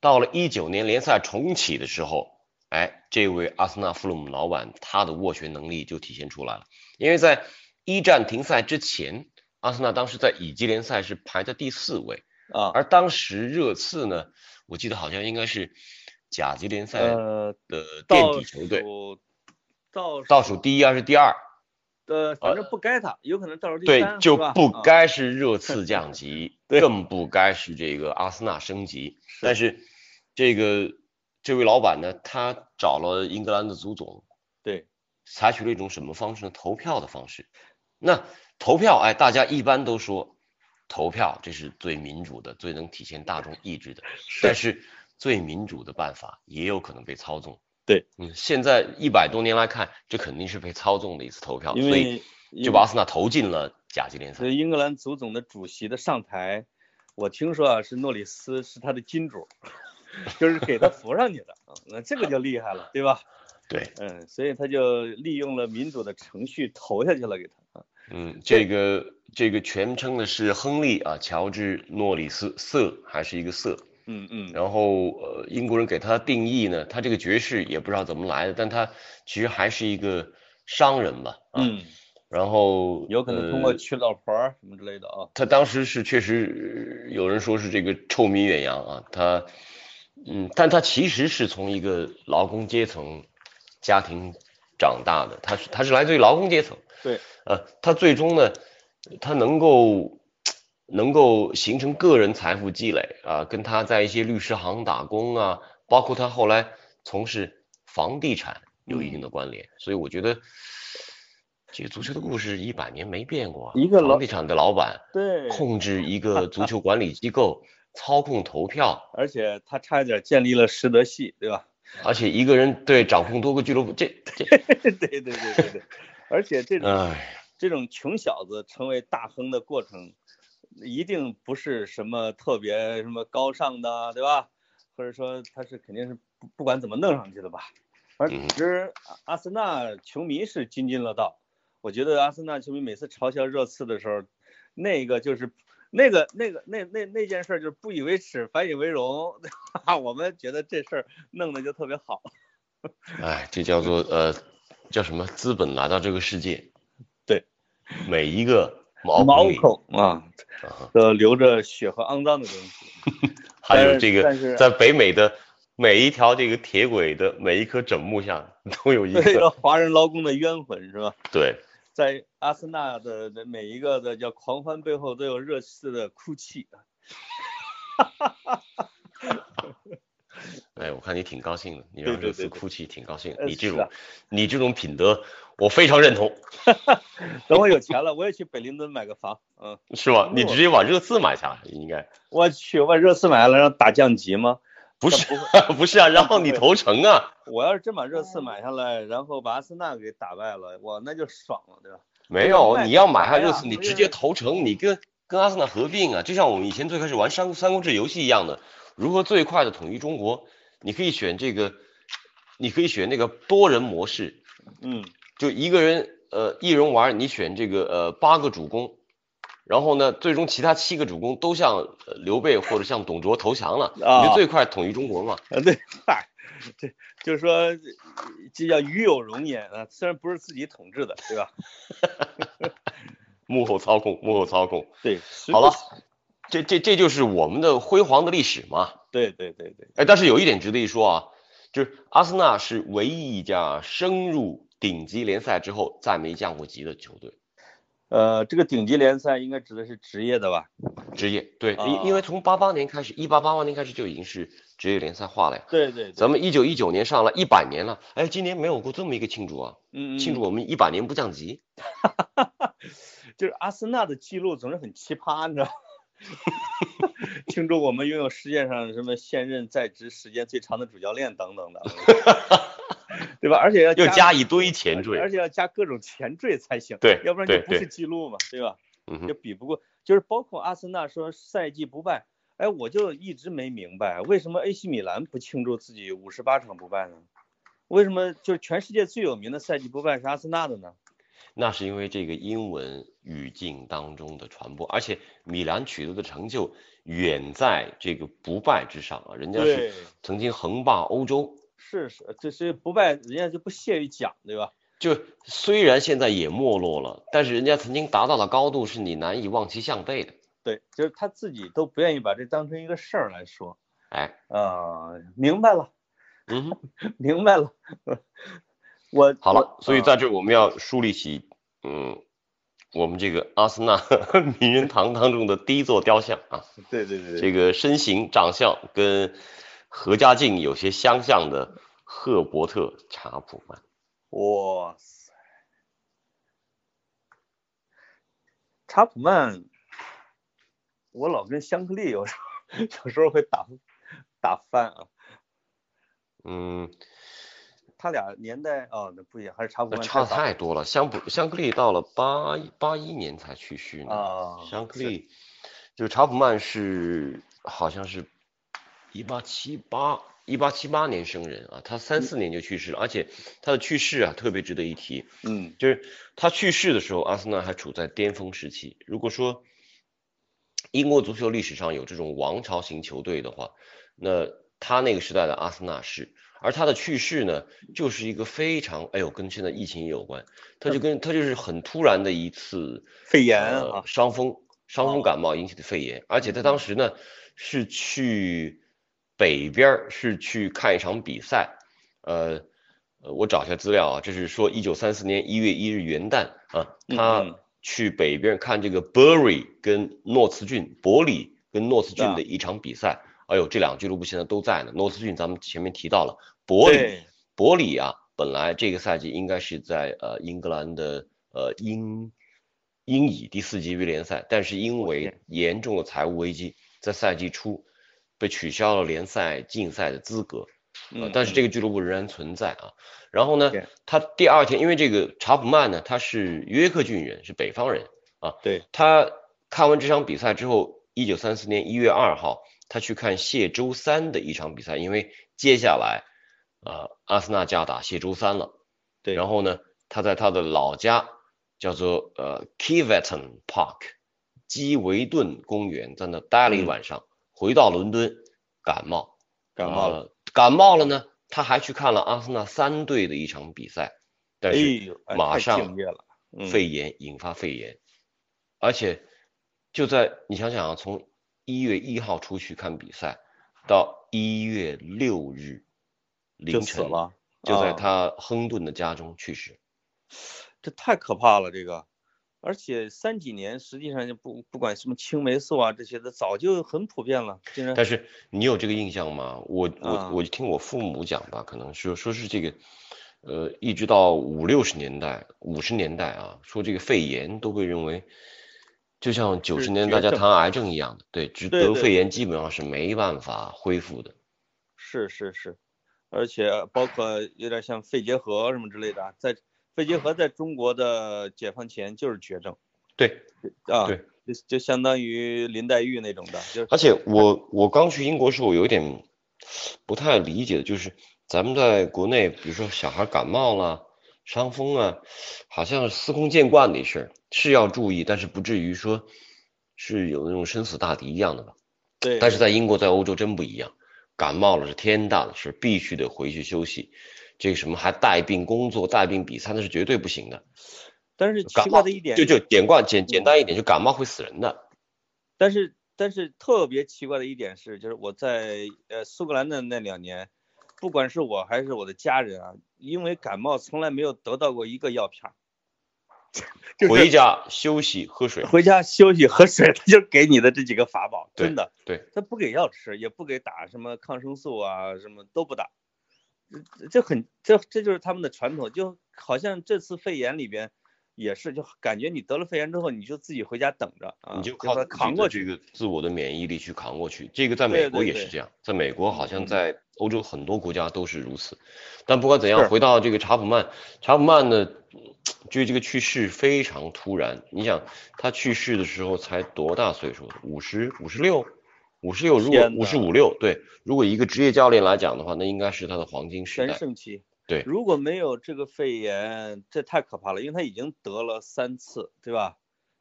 [SPEAKER 4] 到了一九年联赛重启的时候，哎，这位阿森纳富勒姆老板他的斡旋能力就体现出来了，因为在一战停赛之前，阿森纳当时在乙级联赛是排在第四位，
[SPEAKER 5] 啊，
[SPEAKER 4] 而当时热刺呢，我记得好像应该是甲级联赛的
[SPEAKER 5] 呃，
[SPEAKER 4] 垫
[SPEAKER 5] 倒
[SPEAKER 4] 底球队。
[SPEAKER 5] 数倒
[SPEAKER 4] 倒数第一啊还是第二，
[SPEAKER 5] 呃，反正不该他，有可能倒数第
[SPEAKER 4] 对
[SPEAKER 5] 三，
[SPEAKER 4] 就是
[SPEAKER 5] 吧
[SPEAKER 4] 不
[SPEAKER 5] 啊，
[SPEAKER 4] 该是热刺降级
[SPEAKER 5] 对
[SPEAKER 4] 更不该是这个阿森纳升级。但是这个这位老板呢，他找了英格兰的足总，
[SPEAKER 5] 对，
[SPEAKER 4] 采取了一种什么方式呢？投票的方式。那投票，哎，大家一般都说投票这是最民主的、最能体现大众意志的，但是最民主的办法也有可能被操纵。
[SPEAKER 5] 对，
[SPEAKER 4] 嗯，现在一百多年来看，这肯定是被操纵的一次投票，
[SPEAKER 5] 因
[SPEAKER 4] 所以
[SPEAKER 5] 为
[SPEAKER 4] 就把阿森纳投进了甲级联赛
[SPEAKER 5] 所。以英格兰足总的主席的上台，我听说啊是诺里斯是他的金主， 就是给他扶上去的啊，那这个就厉害了，对吧？
[SPEAKER 4] 对，
[SPEAKER 5] 嗯，所以他就利用了民主的程序投下去了给他。啊
[SPEAKER 4] 嗯，这个这个全称呢是亨利啊，乔治诺里斯瑟还是一个瑟。
[SPEAKER 5] 嗯嗯，
[SPEAKER 4] 然后呃，英国人给他的定义呢，他这个爵士也不知道怎么来的，但他其实还是一个商人吧。啊、。
[SPEAKER 5] 嗯，
[SPEAKER 4] 然后
[SPEAKER 5] 有可能通过
[SPEAKER 4] 呃
[SPEAKER 5] 娶老婆儿什么之类的啊。
[SPEAKER 4] 他当时是确实呃有人说是这个臭名远扬啊，他嗯，但他其实是从一个劳工阶层家庭长大的，他是他是来自于劳工阶层，
[SPEAKER 5] 对，
[SPEAKER 4] 呃，他最终呢，他能够能够形成个人财富积累啊，跟他在一些律师行打工啊，包括他后来从事房地产有一定的关联，所以我觉得。这个足球的故事一百年没变过啊，
[SPEAKER 5] 一个老
[SPEAKER 4] 房地产的老板
[SPEAKER 5] 对
[SPEAKER 4] 控制一个足球管理机 构，操控投票，
[SPEAKER 5] 而且他差一点建立了实德系，对吧？
[SPEAKER 4] 而且一个人对掌控多个俱乐部，这这，
[SPEAKER 5] 对对对对对。而且这种
[SPEAKER 4] 哎，
[SPEAKER 5] 这种穷小子成为大亨的过程，一定不是什么特别什么高尚的，对吧？或者说他是肯定是不不管怎么弄上去的吧。而
[SPEAKER 4] 嗯
[SPEAKER 5] 其实阿阿森纳球迷是津津乐道，我觉得阿森纳球迷每次嘲笑热刺的时候，那个就是那个那个那那那件事儿就是不以为耻反以为荣， 对吧？我们觉得这事儿弄得就特别好，
[SPEAKER 4] 哎，这叫做呃，叫什么？资本来到这个世界，
[SPEAKER 5] 对，
[SPEAKER 4] 每一个毛
[SPEAKER 5] 毛
[SPEAKER 4] 孔里，
[SPEAKER 5] 孔啊
[SPEAKER 4] 啊
[SPEAKER 5] 都流着血和肮脏的东西。
[SPEAKER 4] 还有
[SPEAKER 5] 但是
[SPEAKER 4] 这
[SPEAKER 5] 但
[SPEAKER 4] 个
[SPEAKER 5] 是
[SPEAKER 4] 在北美的每一条这个铁轨的每一颗枕木下 都有一
[SPEAKER 5] 对，
[SPEAKER 4] 个，
[SPEAKER 5] 个华人劳工的冤魂是吧？
[SPEAKER 4] 对，
[SPEAKER 5] 在阿森纳的的每一个的叫狂欢背后都有热刺的哭泣。
[SPEAKER 4] 哎，我看你挺高兴的，你
[SPEAKER 5] 对
[SPEAKER 4] 让
[SPEAKER 5] 对
[SPEAKER 4] 热
[SPEAKER 5] 对
[SPEAKER 4] 刺
[SPEAKER 5] 对
[SPEAKER 4] 哭泣挺高兴的，
[SPEAKER 5] 呃
[SPEAKER 4] 你这
[SPEAKER 5] 是
[SPEAKER 4] 种
[SPEAKER 5] 啊
[SPEAKER 4] 你这种品德我非常认同，
[SPEAKER 5] 等我有钱了，我也去北林敦买个房。嗯，
[SPEAKER 4] 是吧？你
[SPEAKER 5] 不
[SPEAKER 4] 直接把热刺买下来应该。
[SPEAKER 5] 我去，我把热刺买了，让打降级吗？
[SPEAKER 4] 不
[SPEAKER 5] 但
[SPEAKER 4] 是
[SPEAKER 5] 不
[SPEAKER 4] 不是啊，然后你投诚啊，
[SPEAKER 5] 我要是真把热刺买下来，然后把阿森纳给打败了，哇，那就爽了，对吧？
[SPEAKER 4] 没有，
[SPEAKER 5] 卖
[SPEAKER 4] 你要买下热
[SPEAKER 5] 哎
[SPEAKER 4] 刺，
[SPEAKER 5] 呀
[SPEAKER 4] 你
[SPEAKER 5] 不
[SPEAKER 4] 直
[SPEAKER 5] 是
[SPEAKER 4] 接投诚，你跟跟阿森纳合并啊，就像我们以前最开始玩三三国志游戏一样的，如何最快的统一中国？你可以选这个，你可以选那个多人模式，
[SPEAKER 5] 嗯
[SPEAKER 4] 就一个人呃一人玩，你选这个呃八个主公，然后呢，最终其他七个主公都向呃刘备或者向董卓投降了，你
[SPEAKER 5] 啊
[SPEAKER 4] 就最快统一中国嘛。
[SPEAKER 5] 啊对，嗨，这就是说这叫与有容焉啊，虽然不是自己统治的，对吧？
[SPEAKER 4] 幕后操控，幕后操控。
[SPEAKER 5] 对，实
[SPEAKER 4] 好了
[SPEAKER 5] 不，
[SPEAKER 4] 这这这就是我们的辉煌的历史嘛。
[SPEAKER 5] 对对对对，
[SPEAKER 4] 哎，但是有一点值得一说啊，就是阿森纳是唯一一家升入顶级联赛之后再没降过级的球队，
[SPEAKER 5] 呃，这个顶级联赛应该指的是职业的吧？
[SPEAKER 4] 职业。对，
[SPEAKER 5] 啊
[SPEAKER 4] 因因为从八八年开始，一八八八年开始就已经是职业联赛化了呀。
[SPEAKER 5] 对对对，
[SPEAKER 4] 咱们一九一九年上了一百年了，哎，今年没有过这么一个庆祝啊，
[SPEAKER 5] 嗯嗯
[SPEAKER 4] 庆祝
[SPEAKER 5] 嗯
[SPEAKER 4] 我们一百年不降级。
[SPEAKER 5] 就是阿森纳的记录总是很奇葩，你知道吗？ 庆祝我们拥有世界上什么现任在职时间最长的主教练等等的， 对吧？而且要
[SPEAKER 4] 又
[SPEAKER 5] 加
[SPEAKER 4] 加一堆前
[SPEAKER 5] 而
[SPEAKER 4] 缀，
[SPEAKER 5] 且要加各种前缀才行，
[SPEAKER 4] 对
[SPEAKER 5] 要不然
[SPEAKER 4] 对
[SPEAKER 5] 就不是
[SPEAKER 4] 对
[SPEAKER 5] 记录嘛，对吧？
[SPEAKER 4] 嗯
[SPEAKER 5] 就
[SPEAKER 4] 哼，
[SPEAKER 5] 比不过，就是包括阿森纳说赛季不败，哎，我就一直没明白为什么 AC 米兰不庆祝自己五十八场不败呢？为什么就是全世界最有名的赛季不败是阿森纳的呢？
[SPEAKER 4] 那是因为这个英文语境当中的传播，而且米兰取得的成就远在这个不败之上啊，人家是，曾经横霸欧洲。
[SPEAKER 5] 是是，这是不败，人家就不屑于讲，对吧？
[SPEAKER 4] 就虽然现在也没落了，但是人家曾经达到的高度是你难以望其项背的。
[SPEAKER 5] 对，就是他自己都不愿意把这当成一个事儿来说
[SPEAKER 4] 哎，
[SPEAKER 5] 啊、明白了，
[SPEAKER 4] 嗯哼，
[SPEAKER 5] 明白了， 我
[SPEAKER 4] 好了，
[SPEAKER 5] 我
[SPEAKER 4] 所以
[SPEAKER 5] 啊
[SPEAKER 4] 在这我们要梳理起，嗯，我们这个阿森纳 名人堂当中的第一座雕像啊，
[SPEAKER 5] 对对对对，
[SPEAKER 4] 这个身形长相跟何家劲有些相像的赫伯特查普曼。
[SPEAKER 5] 哇塞，查普曼，我老跟香克利有时候 有时候会打打翻啊，
[SPEAKER 4] 嗯，
[SPEAKER 5] 他俩年代哦，那不也还是查普
[SPEAKER 4] 那
[SPEAKER 5] 曼
[SPEAKER 4] 差
[SPEAKER 5] 太
[SPEAKER 4] 太多了。香普香克利到了八八一年才去世
[SPEAKER 5] 早
[SPEAKER 4] 呢。
[SPEAKER 5] 啊，
[SPEAKER 4] 香克
[SPEAKER 5] 是
[SPEAKER 4] 利，就是查普曼是好像是一八七八一八七八年生人啊，他三四年就去世了，而且他的去世啊特别值得一提，
[SPEAKER 5] 嗯
[SPEAKER 4] 就是他去世的时候，阿森纳还处在巅峰时期。如果说英国足球历史上有这种王朝型球队的话，那他那个时代的阿森纳是，而他的去世呢，就是一个非常，哎呦，跟现在疫情也有关，他就跟他就是很突然的一次
[SPEAKER 5] 肺炎
[SPEAKER 4] 呃
[SPEAKER 5] 啊，
[SPEAKER 4] 伤风伤
[SPEAKER 5] 哦嗯
[SPEAKER 4] 风感冒引起的肺炎，而且他当时呢是去北边儿是去看一场比赛，呃呃，我找一下资料啊，这是说一九三四年一月一日元旦啊，
[SPEAKER 5] 嗯
[SPEAKER 4] 他
[SPEAKER 5] 嗯
[SPEAKER 4] 去北边看这个 Bury 跟诺茨郡伯里跟诺茨郡的
[SPEAKER 5] 对
[SPEAKER 4] 一场比赛，哎呦，这两个俱乐部现在都在呢，诺茨郡咱们前面提到了，伯里
[SPEAKER 5] 对
[SPEAKER 4] 伯里啊，本来这个赛季应该是在呃英格兰的呃英英乙第四级别联赛，但是因为严重的财务危机，在赛季初被取消了联赛竞赛的资格。呃
[SPEAKER 5] 嗯，
[SPEAKER 4] 但是这个俱乐部仍然存在啊。然后呢
[SPEAKER 5] 对，
[SPEAKER 4] 他第二天，因为这个查普曼呢，他是约克郡人，是北方人啊。
[SPEAKER 5] 对，
[SPEAKER 4] 他看完这场比赛之后，一九三四年一月二号，他去看谢周三的一场比赛，因为接下来，呃，阿森纳就要打谢周三了。
[SPEAKER 5] 对
[SPEAKER 4] 然后呢，他在他的老家叫做呃 Kiveton Park 基维顿公园，在那待了一
[SPEAKER 5] 嗯
[SPEAKER 4] 晚上，回到伦敦感冒。
[SPEAKER 5] 感冒了，
[SPEAKER 4] 呃感冒了呢，他还去看了阿森纳三队的一场比赛，但
[SPEAKER 5] 哎
[SPEAKER 4] 是
[SPEAKER 5] 呦，哎
[SPEAKER 4] 马
[SPEAKER 5] 太
[SPEAKER 4] 上
[SPEAKER 5] 敬业了，嗯
[SPEAKER 4] 肺炎引发肺炎，而且就在你想想啊，从一月一号出去看比赛，到一月六日凌
[SPEAKER 5] 就死
[SPEAKER 4] 晨，
[SPEAKER 5] 了，
[SPEAKER 4] 就在
[SPEAKER 5] 啊
[SPEAKER 4] 他亨顿的家中去世。
[SPEAKER 5] 这太可怕了，这个，而且三几年实际上就不不管什么青霉素啊这些的，早就很普遍了，竟 然
[SPEAKER 4] 但是你有这个印象吗？我我
[SPEAKER 5] 啊
[SPEAKER 4] 我就听我父母讲吧，可能说说是这个，呃，一直到五六十年代、五十年代啊，说这个肺炎都被认为，就像九十
[SPEAKER 5] 是
[SPEAKER 4] 年
[SPEAKER 5] 绝
[SPEAKER 4] 大家
[SPEAKER 5] 症
[SPEAKER 4] 谈癌症一样的，对，只
[SPEAKER 5] 对
[SPEAKER 4] 得
[SPEAKER 5] 对
[SPEAKER 4] 肺炎基本上是没办法恢复的。
[SPEAKER 5] 是是是，而且包括有点像肺结核什么之类的啊，在肺结核在中国的解放前就是绝症，
[SPEAKER 4] 对，
[SPEAKER 5] 啊，
[SPEAKER 4] 对，啊
[SPEAKER 5] 就就相当于林黛玉那种的，就是
[SPEAKER 4] 而且我我刚去英国时候，我有点不太理解，就是咱们在国内，比如说小孩感冒了、伤风啊，好像司空见惯的一事儿，是要注意，但是不至于说是有那种生死大敌一样的吧。
[SPEAKER 5] 对，
[SPEAKER 4] 但是在英国、在欧洲真不一样，感冒了是天大的事，必须得回去休息。这个什么还带病工作、带病比赛，那是绝对不行的。
[SPEAKER 5] 但是
[SPEAKER 4] 感
[SPEAKER 5] 奇怪
[SPEAKER 4] 冒
[SPEAKER 5] 的一点
[SPEAKER 4] 就就简冠简简
[SPEAKER 5] 嗯
[SPEAKER 4] 单一点，就感冒会死人的。
[SPEAKER 5] 但是但是特别奇怪的一点是，就是我在呃苏格兰的那两年，不管是我还是我的家人啊，因为感冒从来没有得到过一个药片儿，就是
[SPEAKER 4] 回家休息、喝水。
[SPEAKER 5] 回家休息喝水，他就给你的这几个法宝，
[SPEAKER 4] 对
[SPEAKER 5] 真的，
[SPEAKER 4] 对，
[SPEAKER 5] 他不给药吃，也不给打什么抗生素啊，什么都不打，这这很这这就是他们的传统，就好像这次肺炎里边也是，就感觉你得了肺炎之后，你就自己回家等着啊，
[SPEAKER 4] 你就
[SPEAKER 5] 把它
[SPEAKER 4] 靠
[SPEAKER 5] 扛过
[SPEAKER 4] 去
[SPEAKER 5] 去，
[SPEAKER 4] 这个自我的免疫力去扛过去。这个在
[SPEAKER 5] 对
[SPEAKER 4] 美国
[SPEAKER 5] 对
[SPEAKER 4] 也
[SPEAKER 5] 对
[SPEAKER 4] 是这样，在美国好
[SPEAKER 5] 嗯
[SPEAKER 4] 像在欧洲很多国家都是如此。但不管怎样，
[SPEAKER 5] 是
[SPEAKER 4] 回到这个查普曼，查普曼呢，就这个去世非常突然。你想，他去世的时候才多大岁数？五十五十六，五十六，如果
[SPEAKER 5] 天哪
[SPEAKER 4] 五十五六，对，如果一个职业教练来讲的话，那应该是他的黄金时
[SPEAKER 5] 全
[SPEAKER 4] 代。
[SPEAKER 5] 盛期。
[SPEAKER 4] 对
[SPEAKER 5] 如果没有这个肺炎，这太可怕了，因为他已经得了三次，对吧？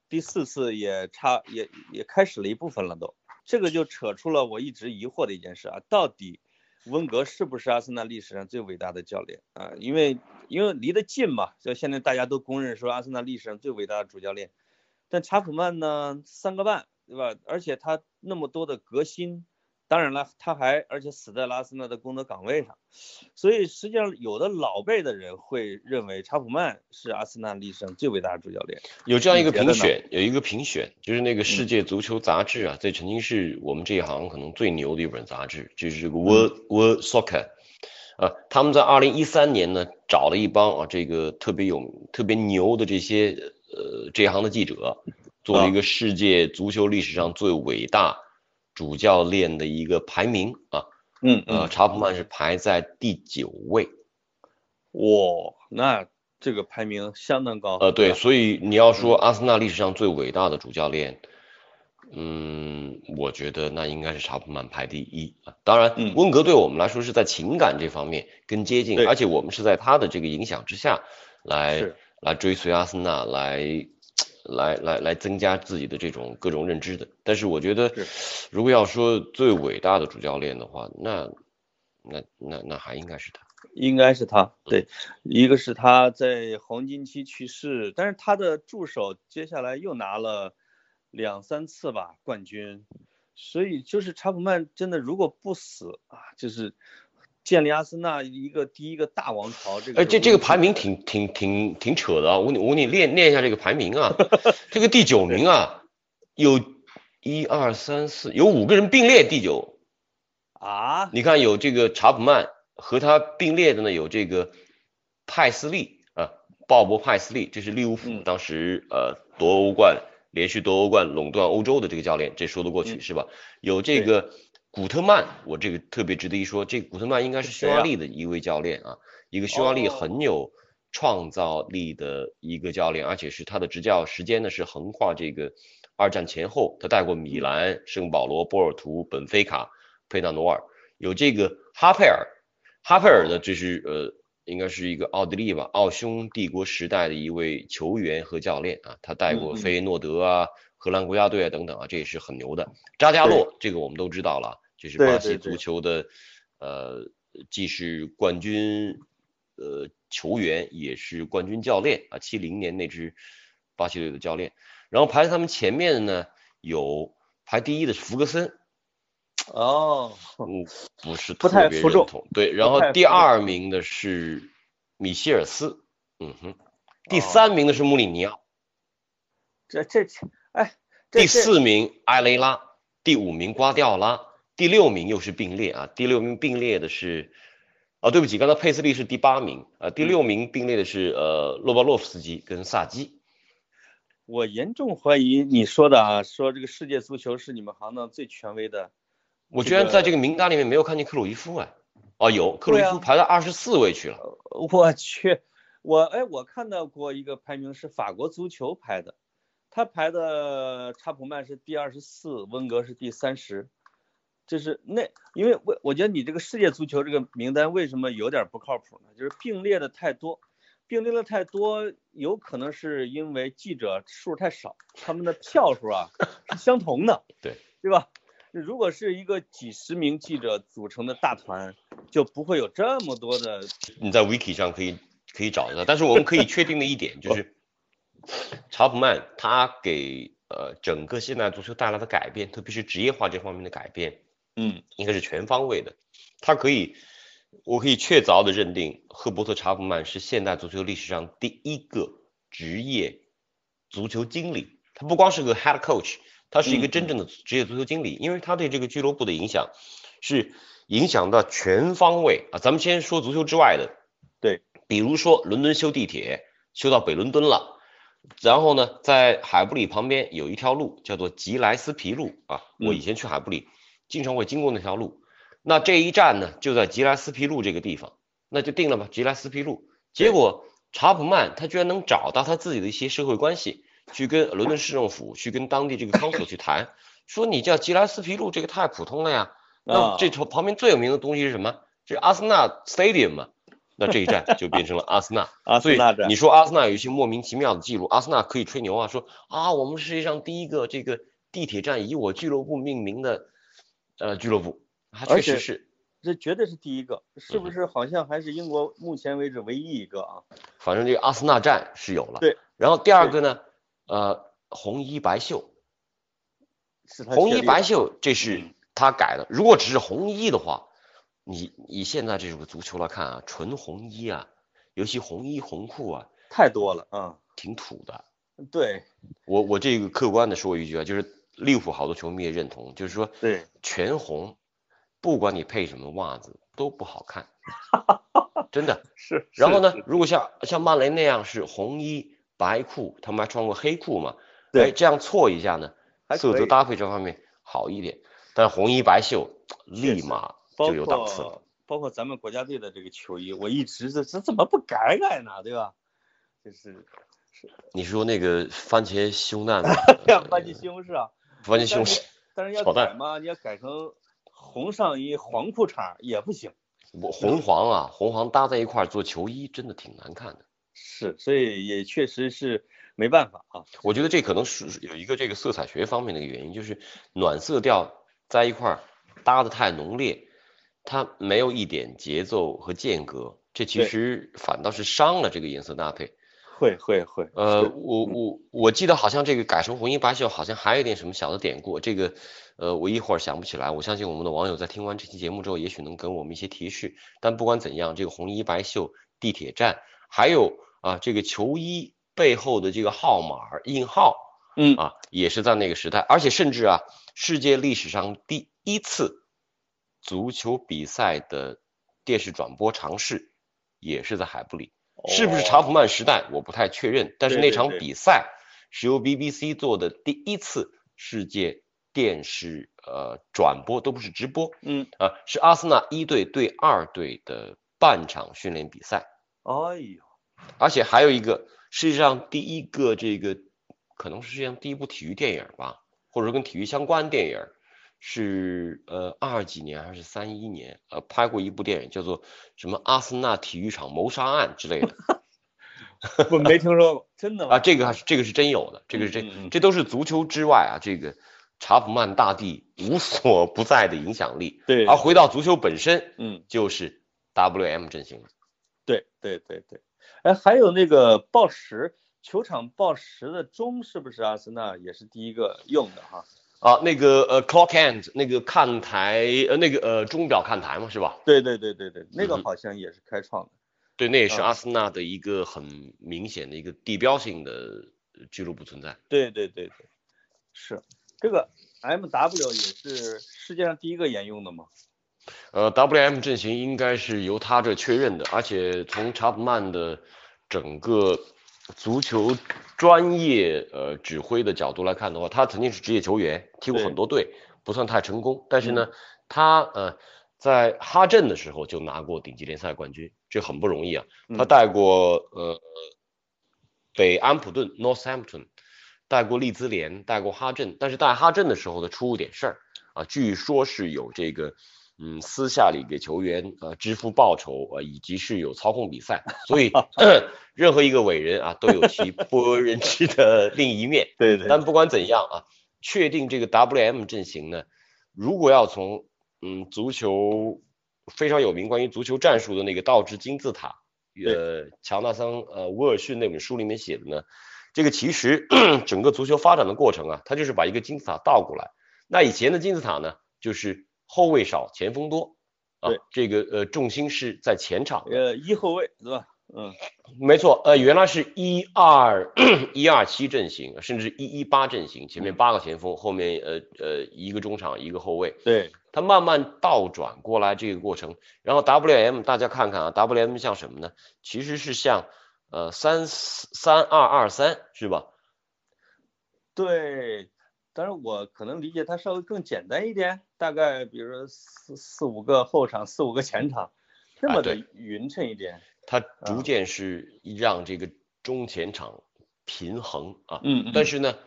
[SPEAKER 5] 第四次也差也也开始了一部分了都。这个就扯出了我一直疑惑的一件事啊，到底温格是不是阿森纳历史上最伟大的教练啊？因为因为离得近嘛，就现在大家都公认说阿森纳历史上最伟大的主教练。但查普曼呢，三个半，对吧？而且他那么多的革新，当然了，他还而且死在了阿森纳的工作岗位上，所以实际上有的老辈的人会认为查普曼是阿森纳历史上最伟大的主教练。
[SPEAKER 4] 有这样一
[SPEAKER 5] 你
[SPEAKER 4] 个
[SPEAKER 5] 觉
[SPEAKER 4] 评
[SPEAKER 5] 得呢嗯
[SPEAKER 4] 选，有一个评选，就是那个世界足球杂志啊，这曾经是我们这一行可能最牛的一本杂志，就是这
[SPEAKER 5] 嗯
[SPEAKER 4] 个 World World Soccer，啊，他们在二零一三年呢找了一帮啊这个特别有特别牛的这些呃这一行的记
[SPEAKER 5] 啊
[SPEAKER 4] 者，做了一个世界足球历史上最伟大主教练的一个排名啊，
[SPEAKER 5] 嗯
[SPEAKER 4] 呃，查普曼是排在第九位。
[SPEAKER 5] 哇，那这个排名相当高。嗯
[SPEAKER 4] 呃，对，所以你要说阿森纳历史上最伟大的主教练，嗯，我觉得那应该是查普曼排第一啊。当然
[SPEAKER 5] 嗯，
[SPEAKER 4] 温格对我们来说是在情感这方面更接近
[SPEAKER 5] 对，
[SPEAKER 4] 而且我们是在他的这个影响之下来
[SPEAKER 5] 是
[SPEAKER 4] 来追随阿森纳，来来来来增加自己的这种各种认知的。但是我觉得，如果要说最伟大的主教练的话，那那那那还应该是他。
[SPEAKER 5] 应该是
[SPEAKER 4] 嗯
[SPEAKER 5] 他，对，一个是他在黄金期去世，但是他的助手接下来又拿了两三次吧冠军，所以就是查普曼真的如果不死啊，就是建立阿森纳一个第一个大王朝。这个
[SPEAKER 4] 哎，
[SPEAKER 5] 是
[SPEAKER 4] 这这个
[SPEAKER 5] 无
[SPEAKER 4] 排
[SPEAKER 5] 可
[SPEAKER 4] 名挺挺挺挺扯的啊！我给你我给你练练一下这个排名啊， 这个第九名啊，有一二三四，有五个人并列第九。
[SPEAKER 5] 啊，
[SPEAKER 4] 你看有这个查普曼和他并列的呢，有这个派斯利啊，鲍勃派斯利，这是利物浦
[SPEAKER 5] 嗯
[SPEAKER 4] 当时呃夺欧冠连续夺欧冠垄断欧洲的这个教练，这说得过去
[SPEAKER 5] 嗯
[SPEAKER 4] 是吧？有这
[SPEAKER 5] 对
[SPEAKER 4] 个古特曼，我这个特别值得一说，这个古特曼应该是
[SPEAKER 5] 谁
[SPEAKER 4] 匈牙
[SPEAKER 5] 呀
[SPEAKER 4] 利的一位教练啊，一个匈牙利
[SPEAKER 5] 哦
[SPEAKER 4] 很有创造力的一个教练，而且是他的执教时间呢是横跨这个二战前后，他带过
[SPEAKER 5] 嗯
[SPEAKER 4] 米兰、圣保罗、波尔图、本菲卡、佩纳罗尔，有这个哈佩尔，哈佩尔呢这是呃应该是一个奥地利吧，奥匈帝国时代的一位球员和教练啊，他带过
[SPEAKER 5] 嗯嗯
[SPEAKER 4] 费耶诺德啊、荷兰国家队啊等等啊，这也是很牛的。扎加洛这个我们都知道了啊，这是
[SPEAKER 5] 对
[SPEAKER 4] 巴
[SPEAKER 5] 对
[SPEAKER 4] 西
[SPEAKER 5] 对
[SPEAKER 4] 足球的呃既是冠军呃球员，也是冠军教练啊，七零年那支巴西队的教练。然后排在他们前面的呢，有排第一的是福格森，
[SPEAKER 5] 哦，
[SPEAKER 4] 嗯，不是
[SPEAKER 5] 不
[SPEAKER 4] 特
[SPEAKER 5] 太
[SPEAKER 4] 别
[SPEAKER 5] 服
[SPEAKER 4] 认
[SPEAKER 5] 众
[SPEAKER 4] 同。对，然后
[SPEAKER 5] 太
[SPEAKER 4] 第
[SPEAKER 5] 服众
[SPEAKER 4] 二名的是米歇尔斯，嗯哼，第
[SPEAKER 5] 哦
[SPEAKER 4] 三名的是穆里尼奥，
[SPEAKER 5] 这这这，哎，这
[SPEAKER 4] 第
[SPEAKER 5] 这
[SPEAKER 4] 四名埃雷拉，第五名瓜迪奥拉，第六名又是并列啊，第六名并列的是，啊，对不起，刚才佩斯利是第八名，啊，
[SPEAKER 5] 嗯
[SPEAKER 4] 第六名并列的是呃洛巴洛夫斯基跟萨基。
[SPEAKER 5] 我严重怀疑你说的啊，说这个世界足球是你们行当最权威的。
[SPEAKER 4] 我
[SPEAKER 5] 这
[SPEAKER 4] 居然在
[SPEAKER 5] 个
[SPEAKER 4] 这个名单里面没有看见克鲁伊夫哎，哦有，克鲁
[SPEAKER 5] 对
[SPEAKER 4] 伊
[SPEAKER 5] 啊
[SPEAKER 4] 夫排到二十四位去了，
[SPEAKER 5] 我去，我哎，我看到过一个排名是法国足球排的，他排的查普曼是第二十四，温格是第三十，就是那，因为我我觉得你这个世界足球这个名单为什么有点不靠谱呢？就是并列的太多，并列的太多，有可能是因为记者数太少，他们的票数啊是相同的，
[SPEAKER 4] 对
[SPEAKER 5] 对吧？如果是一个几十名记者组成的大团，就不会有这么多的
[SPEAKER 4] 你在 Wiki 上可以可以找得到。但是我们可以确定的一点就是，查普曼他给呃整个现代足球带来的改变，特别是职业化这方面的改变，
[SPEAKER 5] 嗯，
[SPEAKER 4] 应该是全方位的。他可以，我可以确凿的认定，赫伯特·查普曼是现代足球历史上第一个职业足球经理。他不光是个 head coach，他是一个
[SPEAKER 5] 嗯
[SPEAKER 4] 真正的职业足球经理，因为他对这个俱乐部的影响是影响到全方位啊。咱们先说足球之外的，
[SPEAKER 5] 对，
[SPEAKER 4] 比如说伦敦修地铁，修到北伦敦了。然后呢，在海布里旁边有一条路叫做吉莱斯皮路啊，
[SPEAKER 5] 嗯
[SPEAKER 4] 我以前去海布里经常会经过那条路。那这一站呢，就在吉莱斯皮路这个地方，那就定了吧，吉莱斯皮路。结果查普曼他居然能找到他自己的一些社会关系，去跟伦敦市政府、去跟当地这个 council 去谈，说你叫吉莱斯皮路这个太普通了呀。那
[SPEAKER 5] 啊
[SPEAKER 4] 这头旁边最有名的东西是什么？是阿森纳 Stadium 嘛？那这一站就变成了阿森纳。
[SPEAKER 5] 阿
[SPEAKER 4] 所
[SPEAKER 5] 森
[SPEAKER 4] 以
[SPEAKER 5] 纳的
[SPEAKER 4] 你说阿森纳有一些莫名其妙的记录，阿森纳可以吹牛啊，说啊，我们是世界上第一个这个地铁站以我俱乐部命名的呃俱乐部，它确
[SPEAKER 5] 而
[SPEAKER 4] 实
[SPEAKER 5] 且
[SPEAKER 4] 是，
[SPEAKER 5] 这绝对是第一个，是
[SPEAKER 4] 嗯
[SPEAKER 5] 不是？好像还是英国目前为止唯一一个啊。
[SPEAKER 4] 反正这个阿森纳站是有了。
[SPEAKER 5] 对。
[SPEAKER 4] 然后第二个呢，呃，红衣白袖，
[SPEAKER 5] 是他
[SPEAKER 4] 红
[SPEAKER 5] 确
[SPEAKER 4] 衣
[SPEAKER 5] 立嗯
[SPEAKER 4] 白
[SPEAKER 5] 的
[SPEAKER 4] 袖这是他改的。如果只是红衣的话，你以现在这种足球来看啊，纯红衣啊，尤其红衣红裤啊，
[SPEAKER 5] 太多了啊、
[SPEAKER 4] 挺土的。
[SPEAKER 5] 对
[SPEAKER 4] 我我这个客观的说一句啊，就是利物浦好多球迷也认同，就是说
[SPEAKER 5] 对，
[SPEAKER 4] 全红，不管你配什么袜子都不好 看，真的。
[SPEAKER 5] 是。
[SPEAKER 4] 然后
[SPEAKER 5] 是
[SPEAKER 4] 呢，？如果像像曼联那样是红衣白裤，他们还穿过黑裤嘛？
[SPEAKER 5] 对
[SPEAKER 4] 哎这样错一下呢，
[SPEAKER 5] 还
[SPEAKER 4] 色
[SPEAKER 5] 可
[SPEAKER 4] 泽
[SPEAKER 5] 以
[SPEAKER 4] 搭配这方面好一点。但红衣白袖立
[SPEAKER 5] 实
[SPEAKER 4] 马
[SPEAKER 5] 包
[SPEAKER 4] 就有档次了。
[SPEAKER 5] 括包括咱们国家队的这个球衣，我一直这这怎么不改改呢？对吧？就是
[SPEAKER 4] 你说那个番茄胸 蛋吗
[SPEAKER 5] 呀，班级西红柿啊，
[SPEAKER 4] 番茄胸
[SPEAKER 5] 但是但是要
[SPEAKER 4] 哎炒蛋
[SPEAKER 5] 改嘛，你要改成红上衣黄裤衩也不行。
[SPEAKER 4] 我红黄啊，红黄搭在一块儿做球衣，真的挺难看的。
[SPEAKER 5] 是，所以也确实是没办法啊。
[SPEAKER 4] 我觉得这可能是有一个这个色彩学方面的一个原因，就是暖色调在一块儿搭的太浓烈，它没有一点节奏和间隔，这其
[SPEAKER 5] 对
[SPEAKER 4] 实反倒是伤了这个颜色搭配。
[SPEAKER 5] 会会会，
[SPEAKER 4] 呃，
[SPEAKER 5] 是
[SPEAKER 4] 我我我记得好像这个改成红衣白袖，好像还有点什么小的典故，这个呃我一会儿想不起来。我相信我们的网友在听完这期节目之后，也许能给我们一些提示。但不管怎样，这个红衣白袖、地铁站，还有啊这个球衣背后的这个号码儿印号。
[SPEAKER 5] 嗯
[SPEAKER 4] 啊，也是在那个时代，而且甚至啊，世界历史上第一次足球比赛的电视转播尝试也是在海布里，是
[SPEAKER 5] 哦
[SPEAKER 4] 不是查普曼时代我不太确认，但是
[SPEAKER 5] 对
[SPEAKER 4] 那
[SPEAKER 5] 对
[SPEAKER 4] 场
[SPEAKER 5] 对
[SPEAKER 4] 比赛是由 BBC 做的第一次世界电视呃转播，都不是直播
[SPEAKER 5] 嗯，
[SPEAKER 4] 啊，是阿森纳一队对二队的半场训练比赛。
[SPEAKER 5] 哎 呦，
[SPEAKER 4] 而且还有一个世界上第一个这个，可能是世界上第一部体育电影吧，或者说跟体育相关的电影，是呃二几年还是三一年呃拍过一部电影叫做什么阿森纳体育场谋杀案之类的
[SPEAKER 5] 我没听说过，真的吗？
[SPEAKER 4] 啊，这个还是这个是真有的，这个是
[SPEAKER 5] 嗯嗯
[SPEAKER 4] 真，
[SPEAKER 5] 嗯
[SPEAKER 4] 这都是足球之外啊，这个查普曼大帝无所不在的影响力。
[SPEAKER 5] 对
[SPEAKER 4] 而回到足球本身，
[SPEAKER 5] 嗯，
[SPEAKER 4] 就是 WM 阵型了。
[SPEAKER 5] 对对对对，哎，还有那个报时，球场报时的钟是不是阿森纳也是第一个用的哈？
[SPEAKER 4] 啊，那个呃，clock hand 那个看台，呃，那个呃，钟表看台嘛，是吧？
[SPEAKER 5] 对对对对对，那
[SPEAKER 4] 嗯
[SPEAKER 5] 个
[SPEAKER 4] 哼
[SPEAKER 5] 好像也是开创的。
[SPEAKER 4] 对，那也是
[SPEAKER 5] 嗯
[SPEAKER 4] 阿森纳的一个很明显的一个地标性的呃俱乐部存在。
[SPEAKER 5] 对对对对，是这个 M W 也是世界上第一个沿用的嘛？
[SPEAKER 4] 呃，WM 阵型应该是由他这确认的，而且从查普曼的整个足球专业呃指挥的角度来看的话，他曾经是职业球员，踢过
[SPEAKER 5] 对嗯
[SPEAKER 4] 很多队，不算太成功，但是呢，他呃在哈镇的时候就拿过顶级联赛冠军，这很不容易啊。他
[SPEAKER 5] 嗯
[SPEAKER 4] 带过呃北安普顿 （Northampton），带过利兹联，带过哈镇，但是带哈镇的时候呢，出过点事儿啊，据说是有这个嗯私下里给球员呃支付报酬啊、呃，以及是有操控比赛，所以 任何一个伟人啊都有其不为人知的另一面。
[SPEAKER 5] 对对
[SPEAKER 4] 但不管怎样啊，确定这个 WM 阵型呢，如果要从嗯足球非常有名关于足球战术的那个道之金字塔，呃，乔纳森呃威尔逊那本书里面写的呢，这个其实 整个足球发展的过程啊，它就是把一个金字塔倒过来。那以前的金字塔呢，就是后卫少，前锋多。啊
[SPEAKER 5] 对，
[SPEAKER 4] 这个呃重心是在前场的，
[SPEAKER 5] 呃，一后卫是吧？嗯，
[SPEAKER 4] 没错，呃，原来是一二 一二七阵型，甚至一一八阵型，前面八个前锋，后面呃呃一个中场，一个后卫，
[SPEAKER 5] 对，
[SPEAKER 4] 它慢慢倒转过来这个过程。然后 WM 大家看看啊，WM 像什么呢？其实是像呃三三二二三是吧？
[SPEAKER 5] 对，当然我可能理解它稍微更简单一点，大概比如说四四五个后场，四五个前场，这
[SPEAKER 4] 啊
[SPEAKER 5] 么的
[SPEAKER 4] 对
[SPEAKER 5] 匀称一点。
[SPEAKER 4] 它逐渐是让这个中前场平衡啊。
[SPEAKER 5] 嗯嗯
[SPEAKER 4] 但是呢，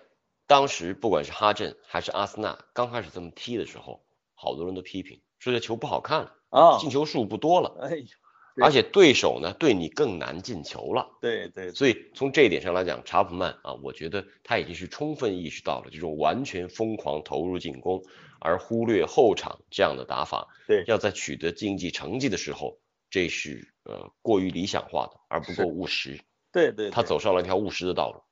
[SPEAKER 4] 当时不管是哈镇还是阿森纳，刚开始这么踢的时候，好多人都批评说这球不好看了，
[SPEAKER 5] 啊，
[SPEAKER 4] 进球数不多了，
[SPEAKER 5] 哎呦，对
[SPEAKER 4] 而且对手呢对你更难进球了。
[SPEAKER 5] 对对，
[SPEAKER 4] 所以从这一点上来讲，查普曼啊，我觉得他已经是充分意识到了这种完全疯狂投入进攻，而忽略后场这样的打法。
[SPEAKER 5] 对
[SPEAKER 4] 要在取得竞技成绩的时候，这是呃过于理想化的，而不够务实。
[SPEAKER 5] 对对，
[SPEAKER 4] 他
[SPEAKER 5] 对
[SPEAKER 4] 走上了一条务实的道路。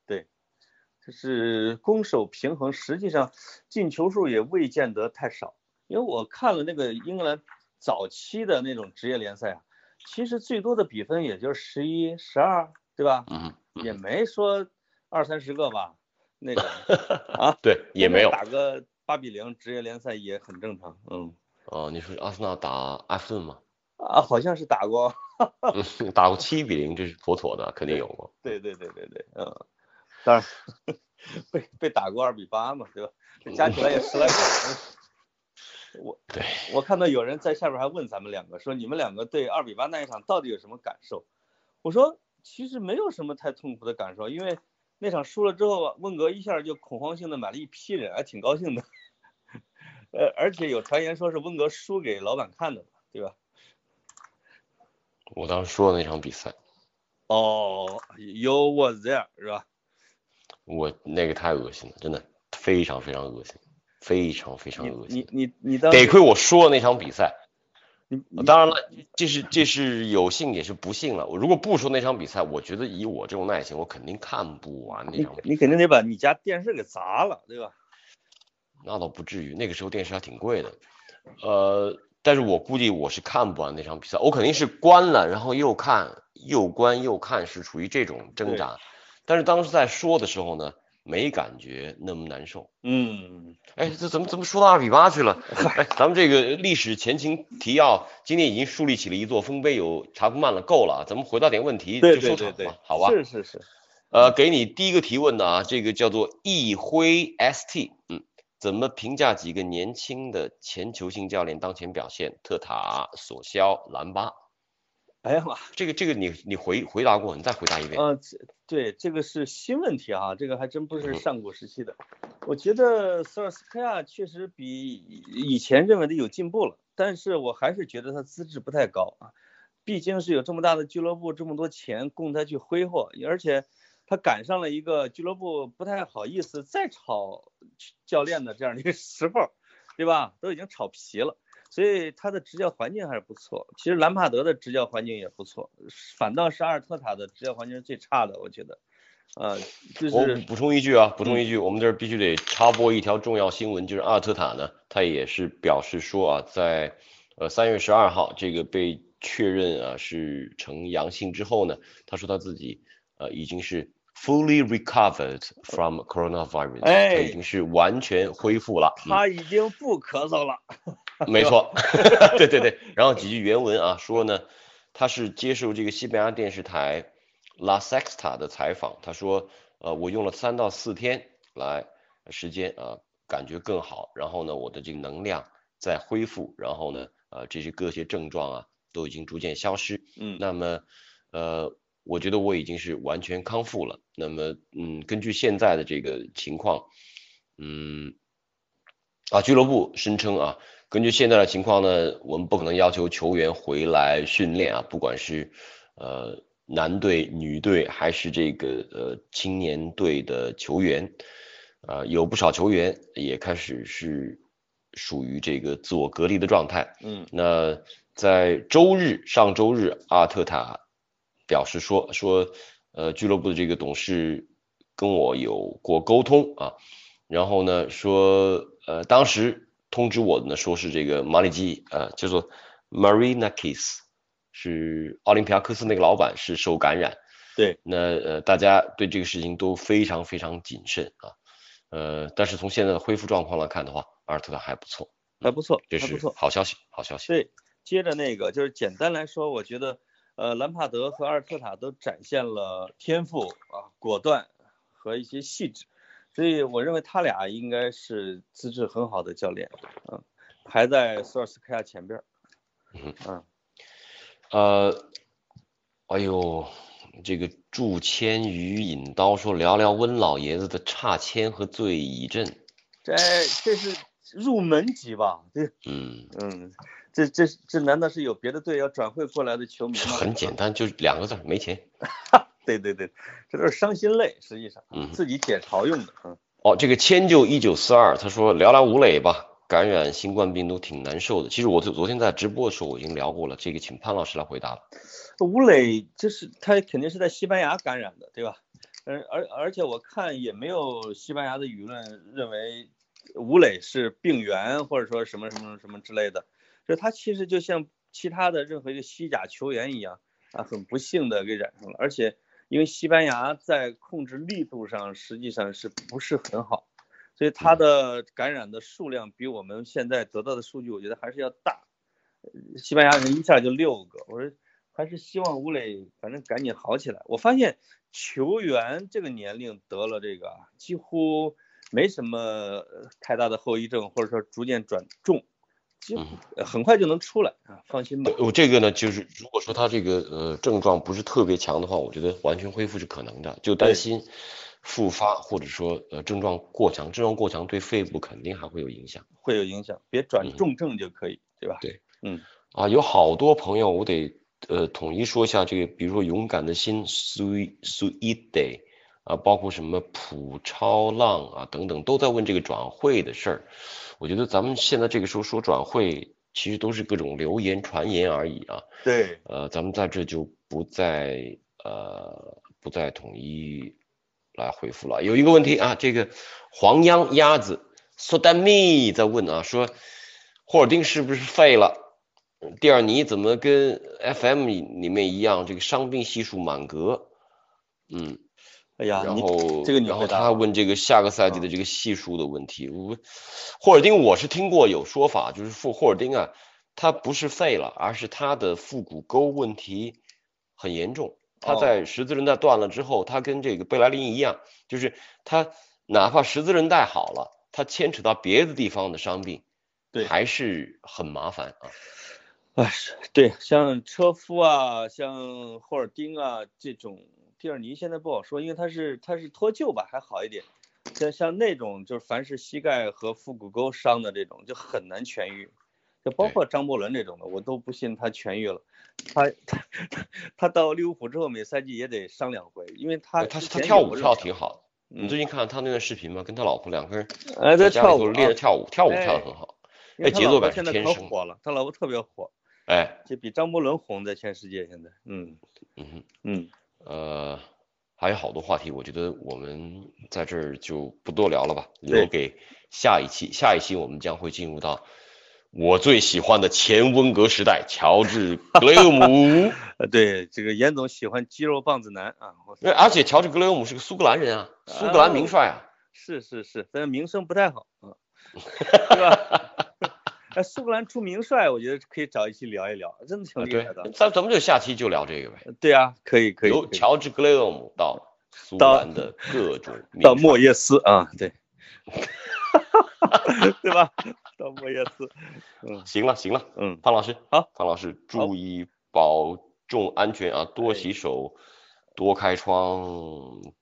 [SPEAKER 5] 就是攻守平衡，实际上进球数也未见得太少。因为我看了那个英格兰早期的那种职业联赛啊，其实最多的比分也就是十一、十二，对吧？
[SPEAKER 4] 嗯，
[SPEAKER 5] 也没说二三十个吧，那个
[SPEAKER 4] 对，也没有。
[SPEAKER 5] 打个八比零，职业联赛也很正常。嗯，
[SPEAKER 4] 哦、你说阿森纳打埃弗顿吗？
[SPEAKER 5] 啊，好像是打过，
[SPEAKER 4] 嗯打过七比零，这是妥妥的，肯定有过。
[SPEAKER 5] 对对对对对，嗯，当然 被被打过二比八嘛，对吧？加起来也十来个。嗯我
[SPEAKER 4] 对，
[SPEAKER 5] 我看到有人在下边还问咱们两个说，你们两个对二比八那一场到底有什么感受？我说其实没有什么太痛苦的感受，因为那场输了之后啊，温格一下就恐慌性的买了一批人，还挺高兴的。 呃，而且有传言说是温格输给老板看的嘛，对吧？
[SPEAKER 4] 我当时说的那场比赛，
[SPEAKER 5] 哦，You was there 是吧？
[SPEAKER 4] 我那个太恶心了，真的非常非常恶心，非常非常
[SPEAKER 5] 你
[SPEAKER 4] 恶心
[SPEAKER 5] 你。你你当
[SPEAKER 4] 得
[SPEAKER 5] 时
[SPEAKER 4] 亏我说的那场比赛，
[SPEAKER 5] 你你
[SPEAKER 4] 当然了，这是这是有幸也是不幸了。我如果不说那场比赛，我觉得以我这种耐心，我肯定看不完那
[SPEAKER 5] 你
[SPEAKER 4] 场比
[SPEAKER 5] 你肯定得把你家电视给砸了，对吧？
[SPEAKER 4] 那倒不至于，那个时候电视还挺贵的。呃，但是我估计我是看不完那场比赛，我肯定是关了，然后又看，又关又看，是处于这种挣
[SPEAKER 5] 对
[SPEAKER 4] 扎。但是当时在说的时候呢，没感觉那么难受。
[SPEAKER 5] 嗯，
[SPEAKER 4] 哎，这怎么怎么说到二比八去 了？哎，咱们这个历史前情提要，今天已经树立起了一座丰碑，有查克曼了，够了啊！咱们回到点问题，
[SPEAKER 5] 对
[SPEAKER 4] 就
[SPEAKER 5] 对
[SPEAKER 4] 收
[SPEAKER 5] 对
[SPEAKER 4] 场
[SPEAKER 5] 对
[SPEAKER 4] 吧，，好吧？
[SPEAKER 5] 是是是，
[SPEAKER 4] 呃，给你第一个提问的啊，这个叫做易辉 ST，嗯，怎么评价几个年轻的前球星教练当前表现？特塔、索肖、兰巴，
[SPEAKER 5] 哎呀妈，
[SPEAKER 4] 这个这个你你回回答过，你再回答一遍。
[SPEAKER 5] 呃，这对这个是新问题啊，这个还真不是
[SPEAKER 4] 嗯
[SPEAKER 5] 上古时期的。我觉得索尔斯克亚确实比以前认为的有进步了，但是我还是觉得他资质不太高啊，毕竟是有这么大的俱乐部，这么多钱供他去挥霍，而且他赶上了一个俱乐部不太好意思再炒教练的这样的一个 时候，对吧？都已经炒皮了。所以他的执教环境还是不错。其实兰帕德的执教环境也不错，反倒是阿尔特塔的执教环境是最差的，我觉得。呃，就
[SPEAKER 4] 我
[SPEAKER 5] 是嗯
[SPEAKER 4] 补充一句啊，补充一句，我们这儿必须得插播一条重要新闻，就是阿尔特塔呢，他也是表示说啊，在呃三月十二号这个被确认啊是呈阳性之后呢，他说他自己呃已经是 fully recovered from coronavirus，
[SPEAKER 5] 哎
[SPEAKER 4] 他已经是完全恢复了，嗯
[SPEAKER 5] 他已经不咳嗽了。
[SPEAKER 4] 没错， 对对对。然后几句原文啊，说呢，他是接受这个西班牙电视台 La Sexta 的采访，他说，呃，我用了三到四天来时间啊、感觉更好。然后呢，我的这个能量在恢复，然后呢，呃，这些各些症状啊都已经逐渐消失。
[SPEAKER 5] 嗯
[SPEAKER 4] 那么，呃，我觉得我已经是完全康复了。那么，嗯，根据现在的这个情况，嗯，啊，俱乐部声称啊，根据现在的情况呢，我们不可能要求球员回来训练啊，不管是呃男队、女队还是这个呃青年队的球员，啊，有不少球员也开始是属于这个自我隔离的状态。
[SPEAKER 5] 嗯
[SPEAKER 4] 那在周日，上周日，阿特塔表示说说，呃，俱乐部的这个董事跟我有过沟通啊，然后呢说，呃，当时通知我的呢说是这个马里基，呃，叫做 Marinakis，是奥林匹亚克斯那个老板是受感染，
[SPEAKER 5] 对，
[SPEAKER 4] 那呃大家对这个事情都非常非常谨慎啊，呃，但是从现在的恢复状况来看的话，阿尔特塔还不错，
[SPEAKER 5] 还不错，
[SPEAKER 4] 这
[SPEAKER 5] 还不
[SPEAKER 4] 是
[SPEAKER 5] 错。
[SPEAKER 4] 好消息，好消息。
[SPEAKER 5] 对，接着那个就是简单来说，我觉得呃，兰帕德和阿尔特塔都展现了天赋啊、果断和一些细致，所以我认为他俩应该是资质很好的教练，嗯，排在索尔斯克亚前边儿。
[SPEAKER 4] 呃，哎呦，这个祝千于引刀说聊聊温老爷子的差签和醉乙阵。
[SPEAKER 5] 这这是入门级吧？这
[SPEAKER 4] 嗯，
[SPEAKER 5] 嗯，这这这难道是有别的队要转会过来的球迷
[SPEAKER 4] 这
[SPEAKER 5] 吗？
[SPEAKER 4] 很简单，就两个字儿，没钱。
[SPEAKER 5] 对对对，这都是伤心泪，实际上
[SPEAKER 4] 嗯
[SPEAKER 5] 自己解嘲用的。嗯，
[SPEAKER 4] 哦，这个迁就一九四二，他说聊聊吴磊吧，感染新冠病毒挺难受的。其实我昨昨天在直播的时候我已经聊过了，这个请潘老师来回答了。
[SPEAKER 5] 吴磊就是他肯定是在西班牙感染的，对吧？而而而且我看也没有西班牙的舆论认为吴磊是病源或者说什么什么什么之类的，就他其实就像其他的任何一个西甲球员一样啊，很不幸的给染上了，而且因为西班牙在控制力度上实际上是不是很好，所以他的感染的数量比我们现在得到的数据，我觉得还是要大。呃西班牙人一下就六个，我说还是希望吴磊反正赶紧好起来。我发现球员这个年龄得了这个几乎没什么呃太大的后遗症，或者说逐渐转重，几乎
[SPEAKER 4] 嗯
[SPEAKER 5] 呃很快就能出来啊，放心吧。
[SPEAKER 4] 我这个呢，就是如果说他这个呃症状不是特别强的话，我觉得完全恢复是可能的，就担
[SPEAKER 5] 对
[SPEAKER 4] 心复发或者说呃症状过强，症状过强对肺部肯定还会有影响
[SPEAKER 5] 会有影响，别转重症就可以，对吧？
[SPEAKER 4] 啊。有好多朋友，我得呃统一说一下这个，比如说勇敢的心苏伊苏伊得啊，包括什么普超浪啊等等，都在问这个转会的事儿。我觉得咱们现在这个时候说转会，其实都是各种流言传言而已啊。
[SPEAKER 5] 对，
[SPEAKER 4] 呃，咱们在这就不再呃不再统一来回复了。有一个问题啊，这个黄秧鸭子苏丹蜜在问啊，说霍尔丁是不是废了？蒂尔尼怎么跟 FM 里面一样，这个伤病系数满格？嗯，
[SPEAKER 5] 哎呀，
[SPEAKER 4] 然
[SPEAKER 5] 你
[SPEAKER 4] 后
[SPEAKER 5] 这个你
[SPEAKER 4] 然后
[SPEAKER 5] 回答
[SPEAKER 4] 他还问这个下个赛季的
[SPEAKER 5] 嗯
[SPEAKER 4] 这个系数的问题。我霍尔丁我是听过有说法，就是霍霍尔丁啊，他不是废了，而是他的腹股沟问题很严重。他
[SPEAKER 5] 哦
[SPEAKER 4] 在十字韧带断了之后，他跟这个贝莱林一样，就是他哪怕十字韧带好了，他牵扯到别的地方的伤病，
[SPEAKER 5] 对
[SPEAKER 4] 还是很麻烦啊。
[SPEAKER 5] 啊，是对，像车夫啊，像霍尔丁啊这种，蒂尔尼现在不好说，因为他是他是脱臼吧，还好一点。像像那种就是凡是膝盖和腹股沟伤的这种，就很难痊愈。就包
[SPEAKER 4] 对
[SPEAKER 5] 括张伯伦这种的，我都不信他痊愈了。他他他他到利物浦之后，每赛季也得伤两回，因为他
[SPEAKER 4] 呃他
[SPEAKER 5] 之
[SPEAKER 4] 他
[SPEAKER 5] 前
[SPEAKER 4] 跳
[SPEAKER 5] 有
[SPEAKER 4] 舞
[SPEAKER 5] 这
[SPEAKER 4] 跳
[SPEAKER 5] 种
[SPEAKER 4] 挺好的，你
[SPEAKER 5] 嗯
[SPEAKER 4] 最近看他那段视频吗？跟他老婆两个人
[SPEAKER 5] 伤，哎，
[SPEAKER 4] 在
[SPEAKER 5] 他
[SPEAKER 4] 家里
[SPEAKER 5] 跳舞
[SPEAKER 4] 头练着
[SPEAKER 5] 啊
[SPEAKER 4] 跳舞，跳舞
[SPEAKER 5] 哎
[SPEAKER 4] 跳得很好。
[SPEAKER 5] 因为
[SPEAKER 4] 哎
[SPEAKER 5] 他
[SPEAKER 4] 节
[SPEAKER 5] 老
[SPEAKER 4] 奏
[SPEAKER 5] 婆
[SPEAKER 4] 感是
[SPEAKER 5] 现在
[SPEAKER 4] 天
[SPEAKER 5] 可
[SPEAKER 4] 生的
[SPEAKER 5] 火了，他老婆特别火，
[SPEAKER 4] 哎，
[SPEAKER 5] 就比张伯伦红在全世界现在。嗯
[SPEAKER 4] 嗯哼。
[SPEAKER 5] 嗯，
[SPEAKER 4] 呃，还有好多话题，我觉得我们在这儿就不多聊了吧，留
[SPEAKER 5] 对
[SPEAKER 4] 给下一期。下一期我们将会进入到我最喜欢的前温格时代，乔治格雷厄 姆。
[SPEAKER 5] 呃，对，这个严总喜欢肌肉棒子男啊，我
[SPEAKER 4] 呃而且乔治格雷厄姆是个苏格兰人啊，苏格兰名帅啊。
[SPEAKER 5] 是是是，但是名声不太好啊，对吧？ 哎，苏格兰出名帅，我觉得可以找一期聊一聊，真的挺
[SPEAKER 4] 啊
[SPEAKER 5] 厉
[SPEAKER 4] 对
[SPEAKER 5] 哦害的。，
[SPEAKER 4] 咱咱们就下期就聊这个呗，
[SPEAKER 5] 对啊，可以可以，
[SPEAKER 4] 由
[SPEAKER 5] 可以
[SPEAKER 4] 乔治格雷厄姆到苏格
[SPEAKER 5] 到
[SPEAKER 4] 兰的各种名
[SPEAKER 5] 到
[SPEAKER 4] 帅
[SPEAKER 5] 莫耶斯啊，对，对吧？ 到莫耶斯，
[SPEAKER 4] 行了行了，
[SPEAKER 5] 嗯，
[SPEAKER 4] 潘老师，
[SPEAKER 5] 好，
[SPEAKER 4] 潘老师
[SPEAKER 5] 好
[SPEAKER 4] 注意保重安全啊，多
[SPEAKER 5] 哎
[SPEAKER 4] 洗手，多开窗，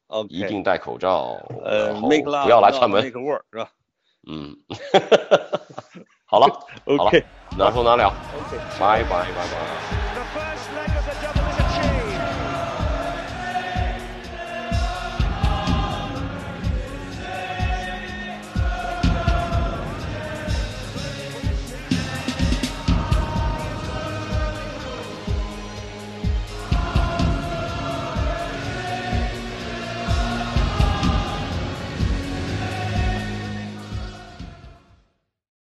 [SPEAKER 5] OK，
[SPEAKER 4] 一定戴口罩，
[SPEAKER 5] 呃
[SPEAKER 4] 然后
[SPEAKER 5] ，make love，
[SPEAKER 4] 不要来串门。
[SPEAKER 5] make word 是吧
[SPEAKER 4] 嗯， 好了，好了
[SPEAKER 5] ？OK
[SPEAKER 4] 难说难了，
[SPEAKER 5] OK。
[SPEAKER 4] 拜拜拜拜。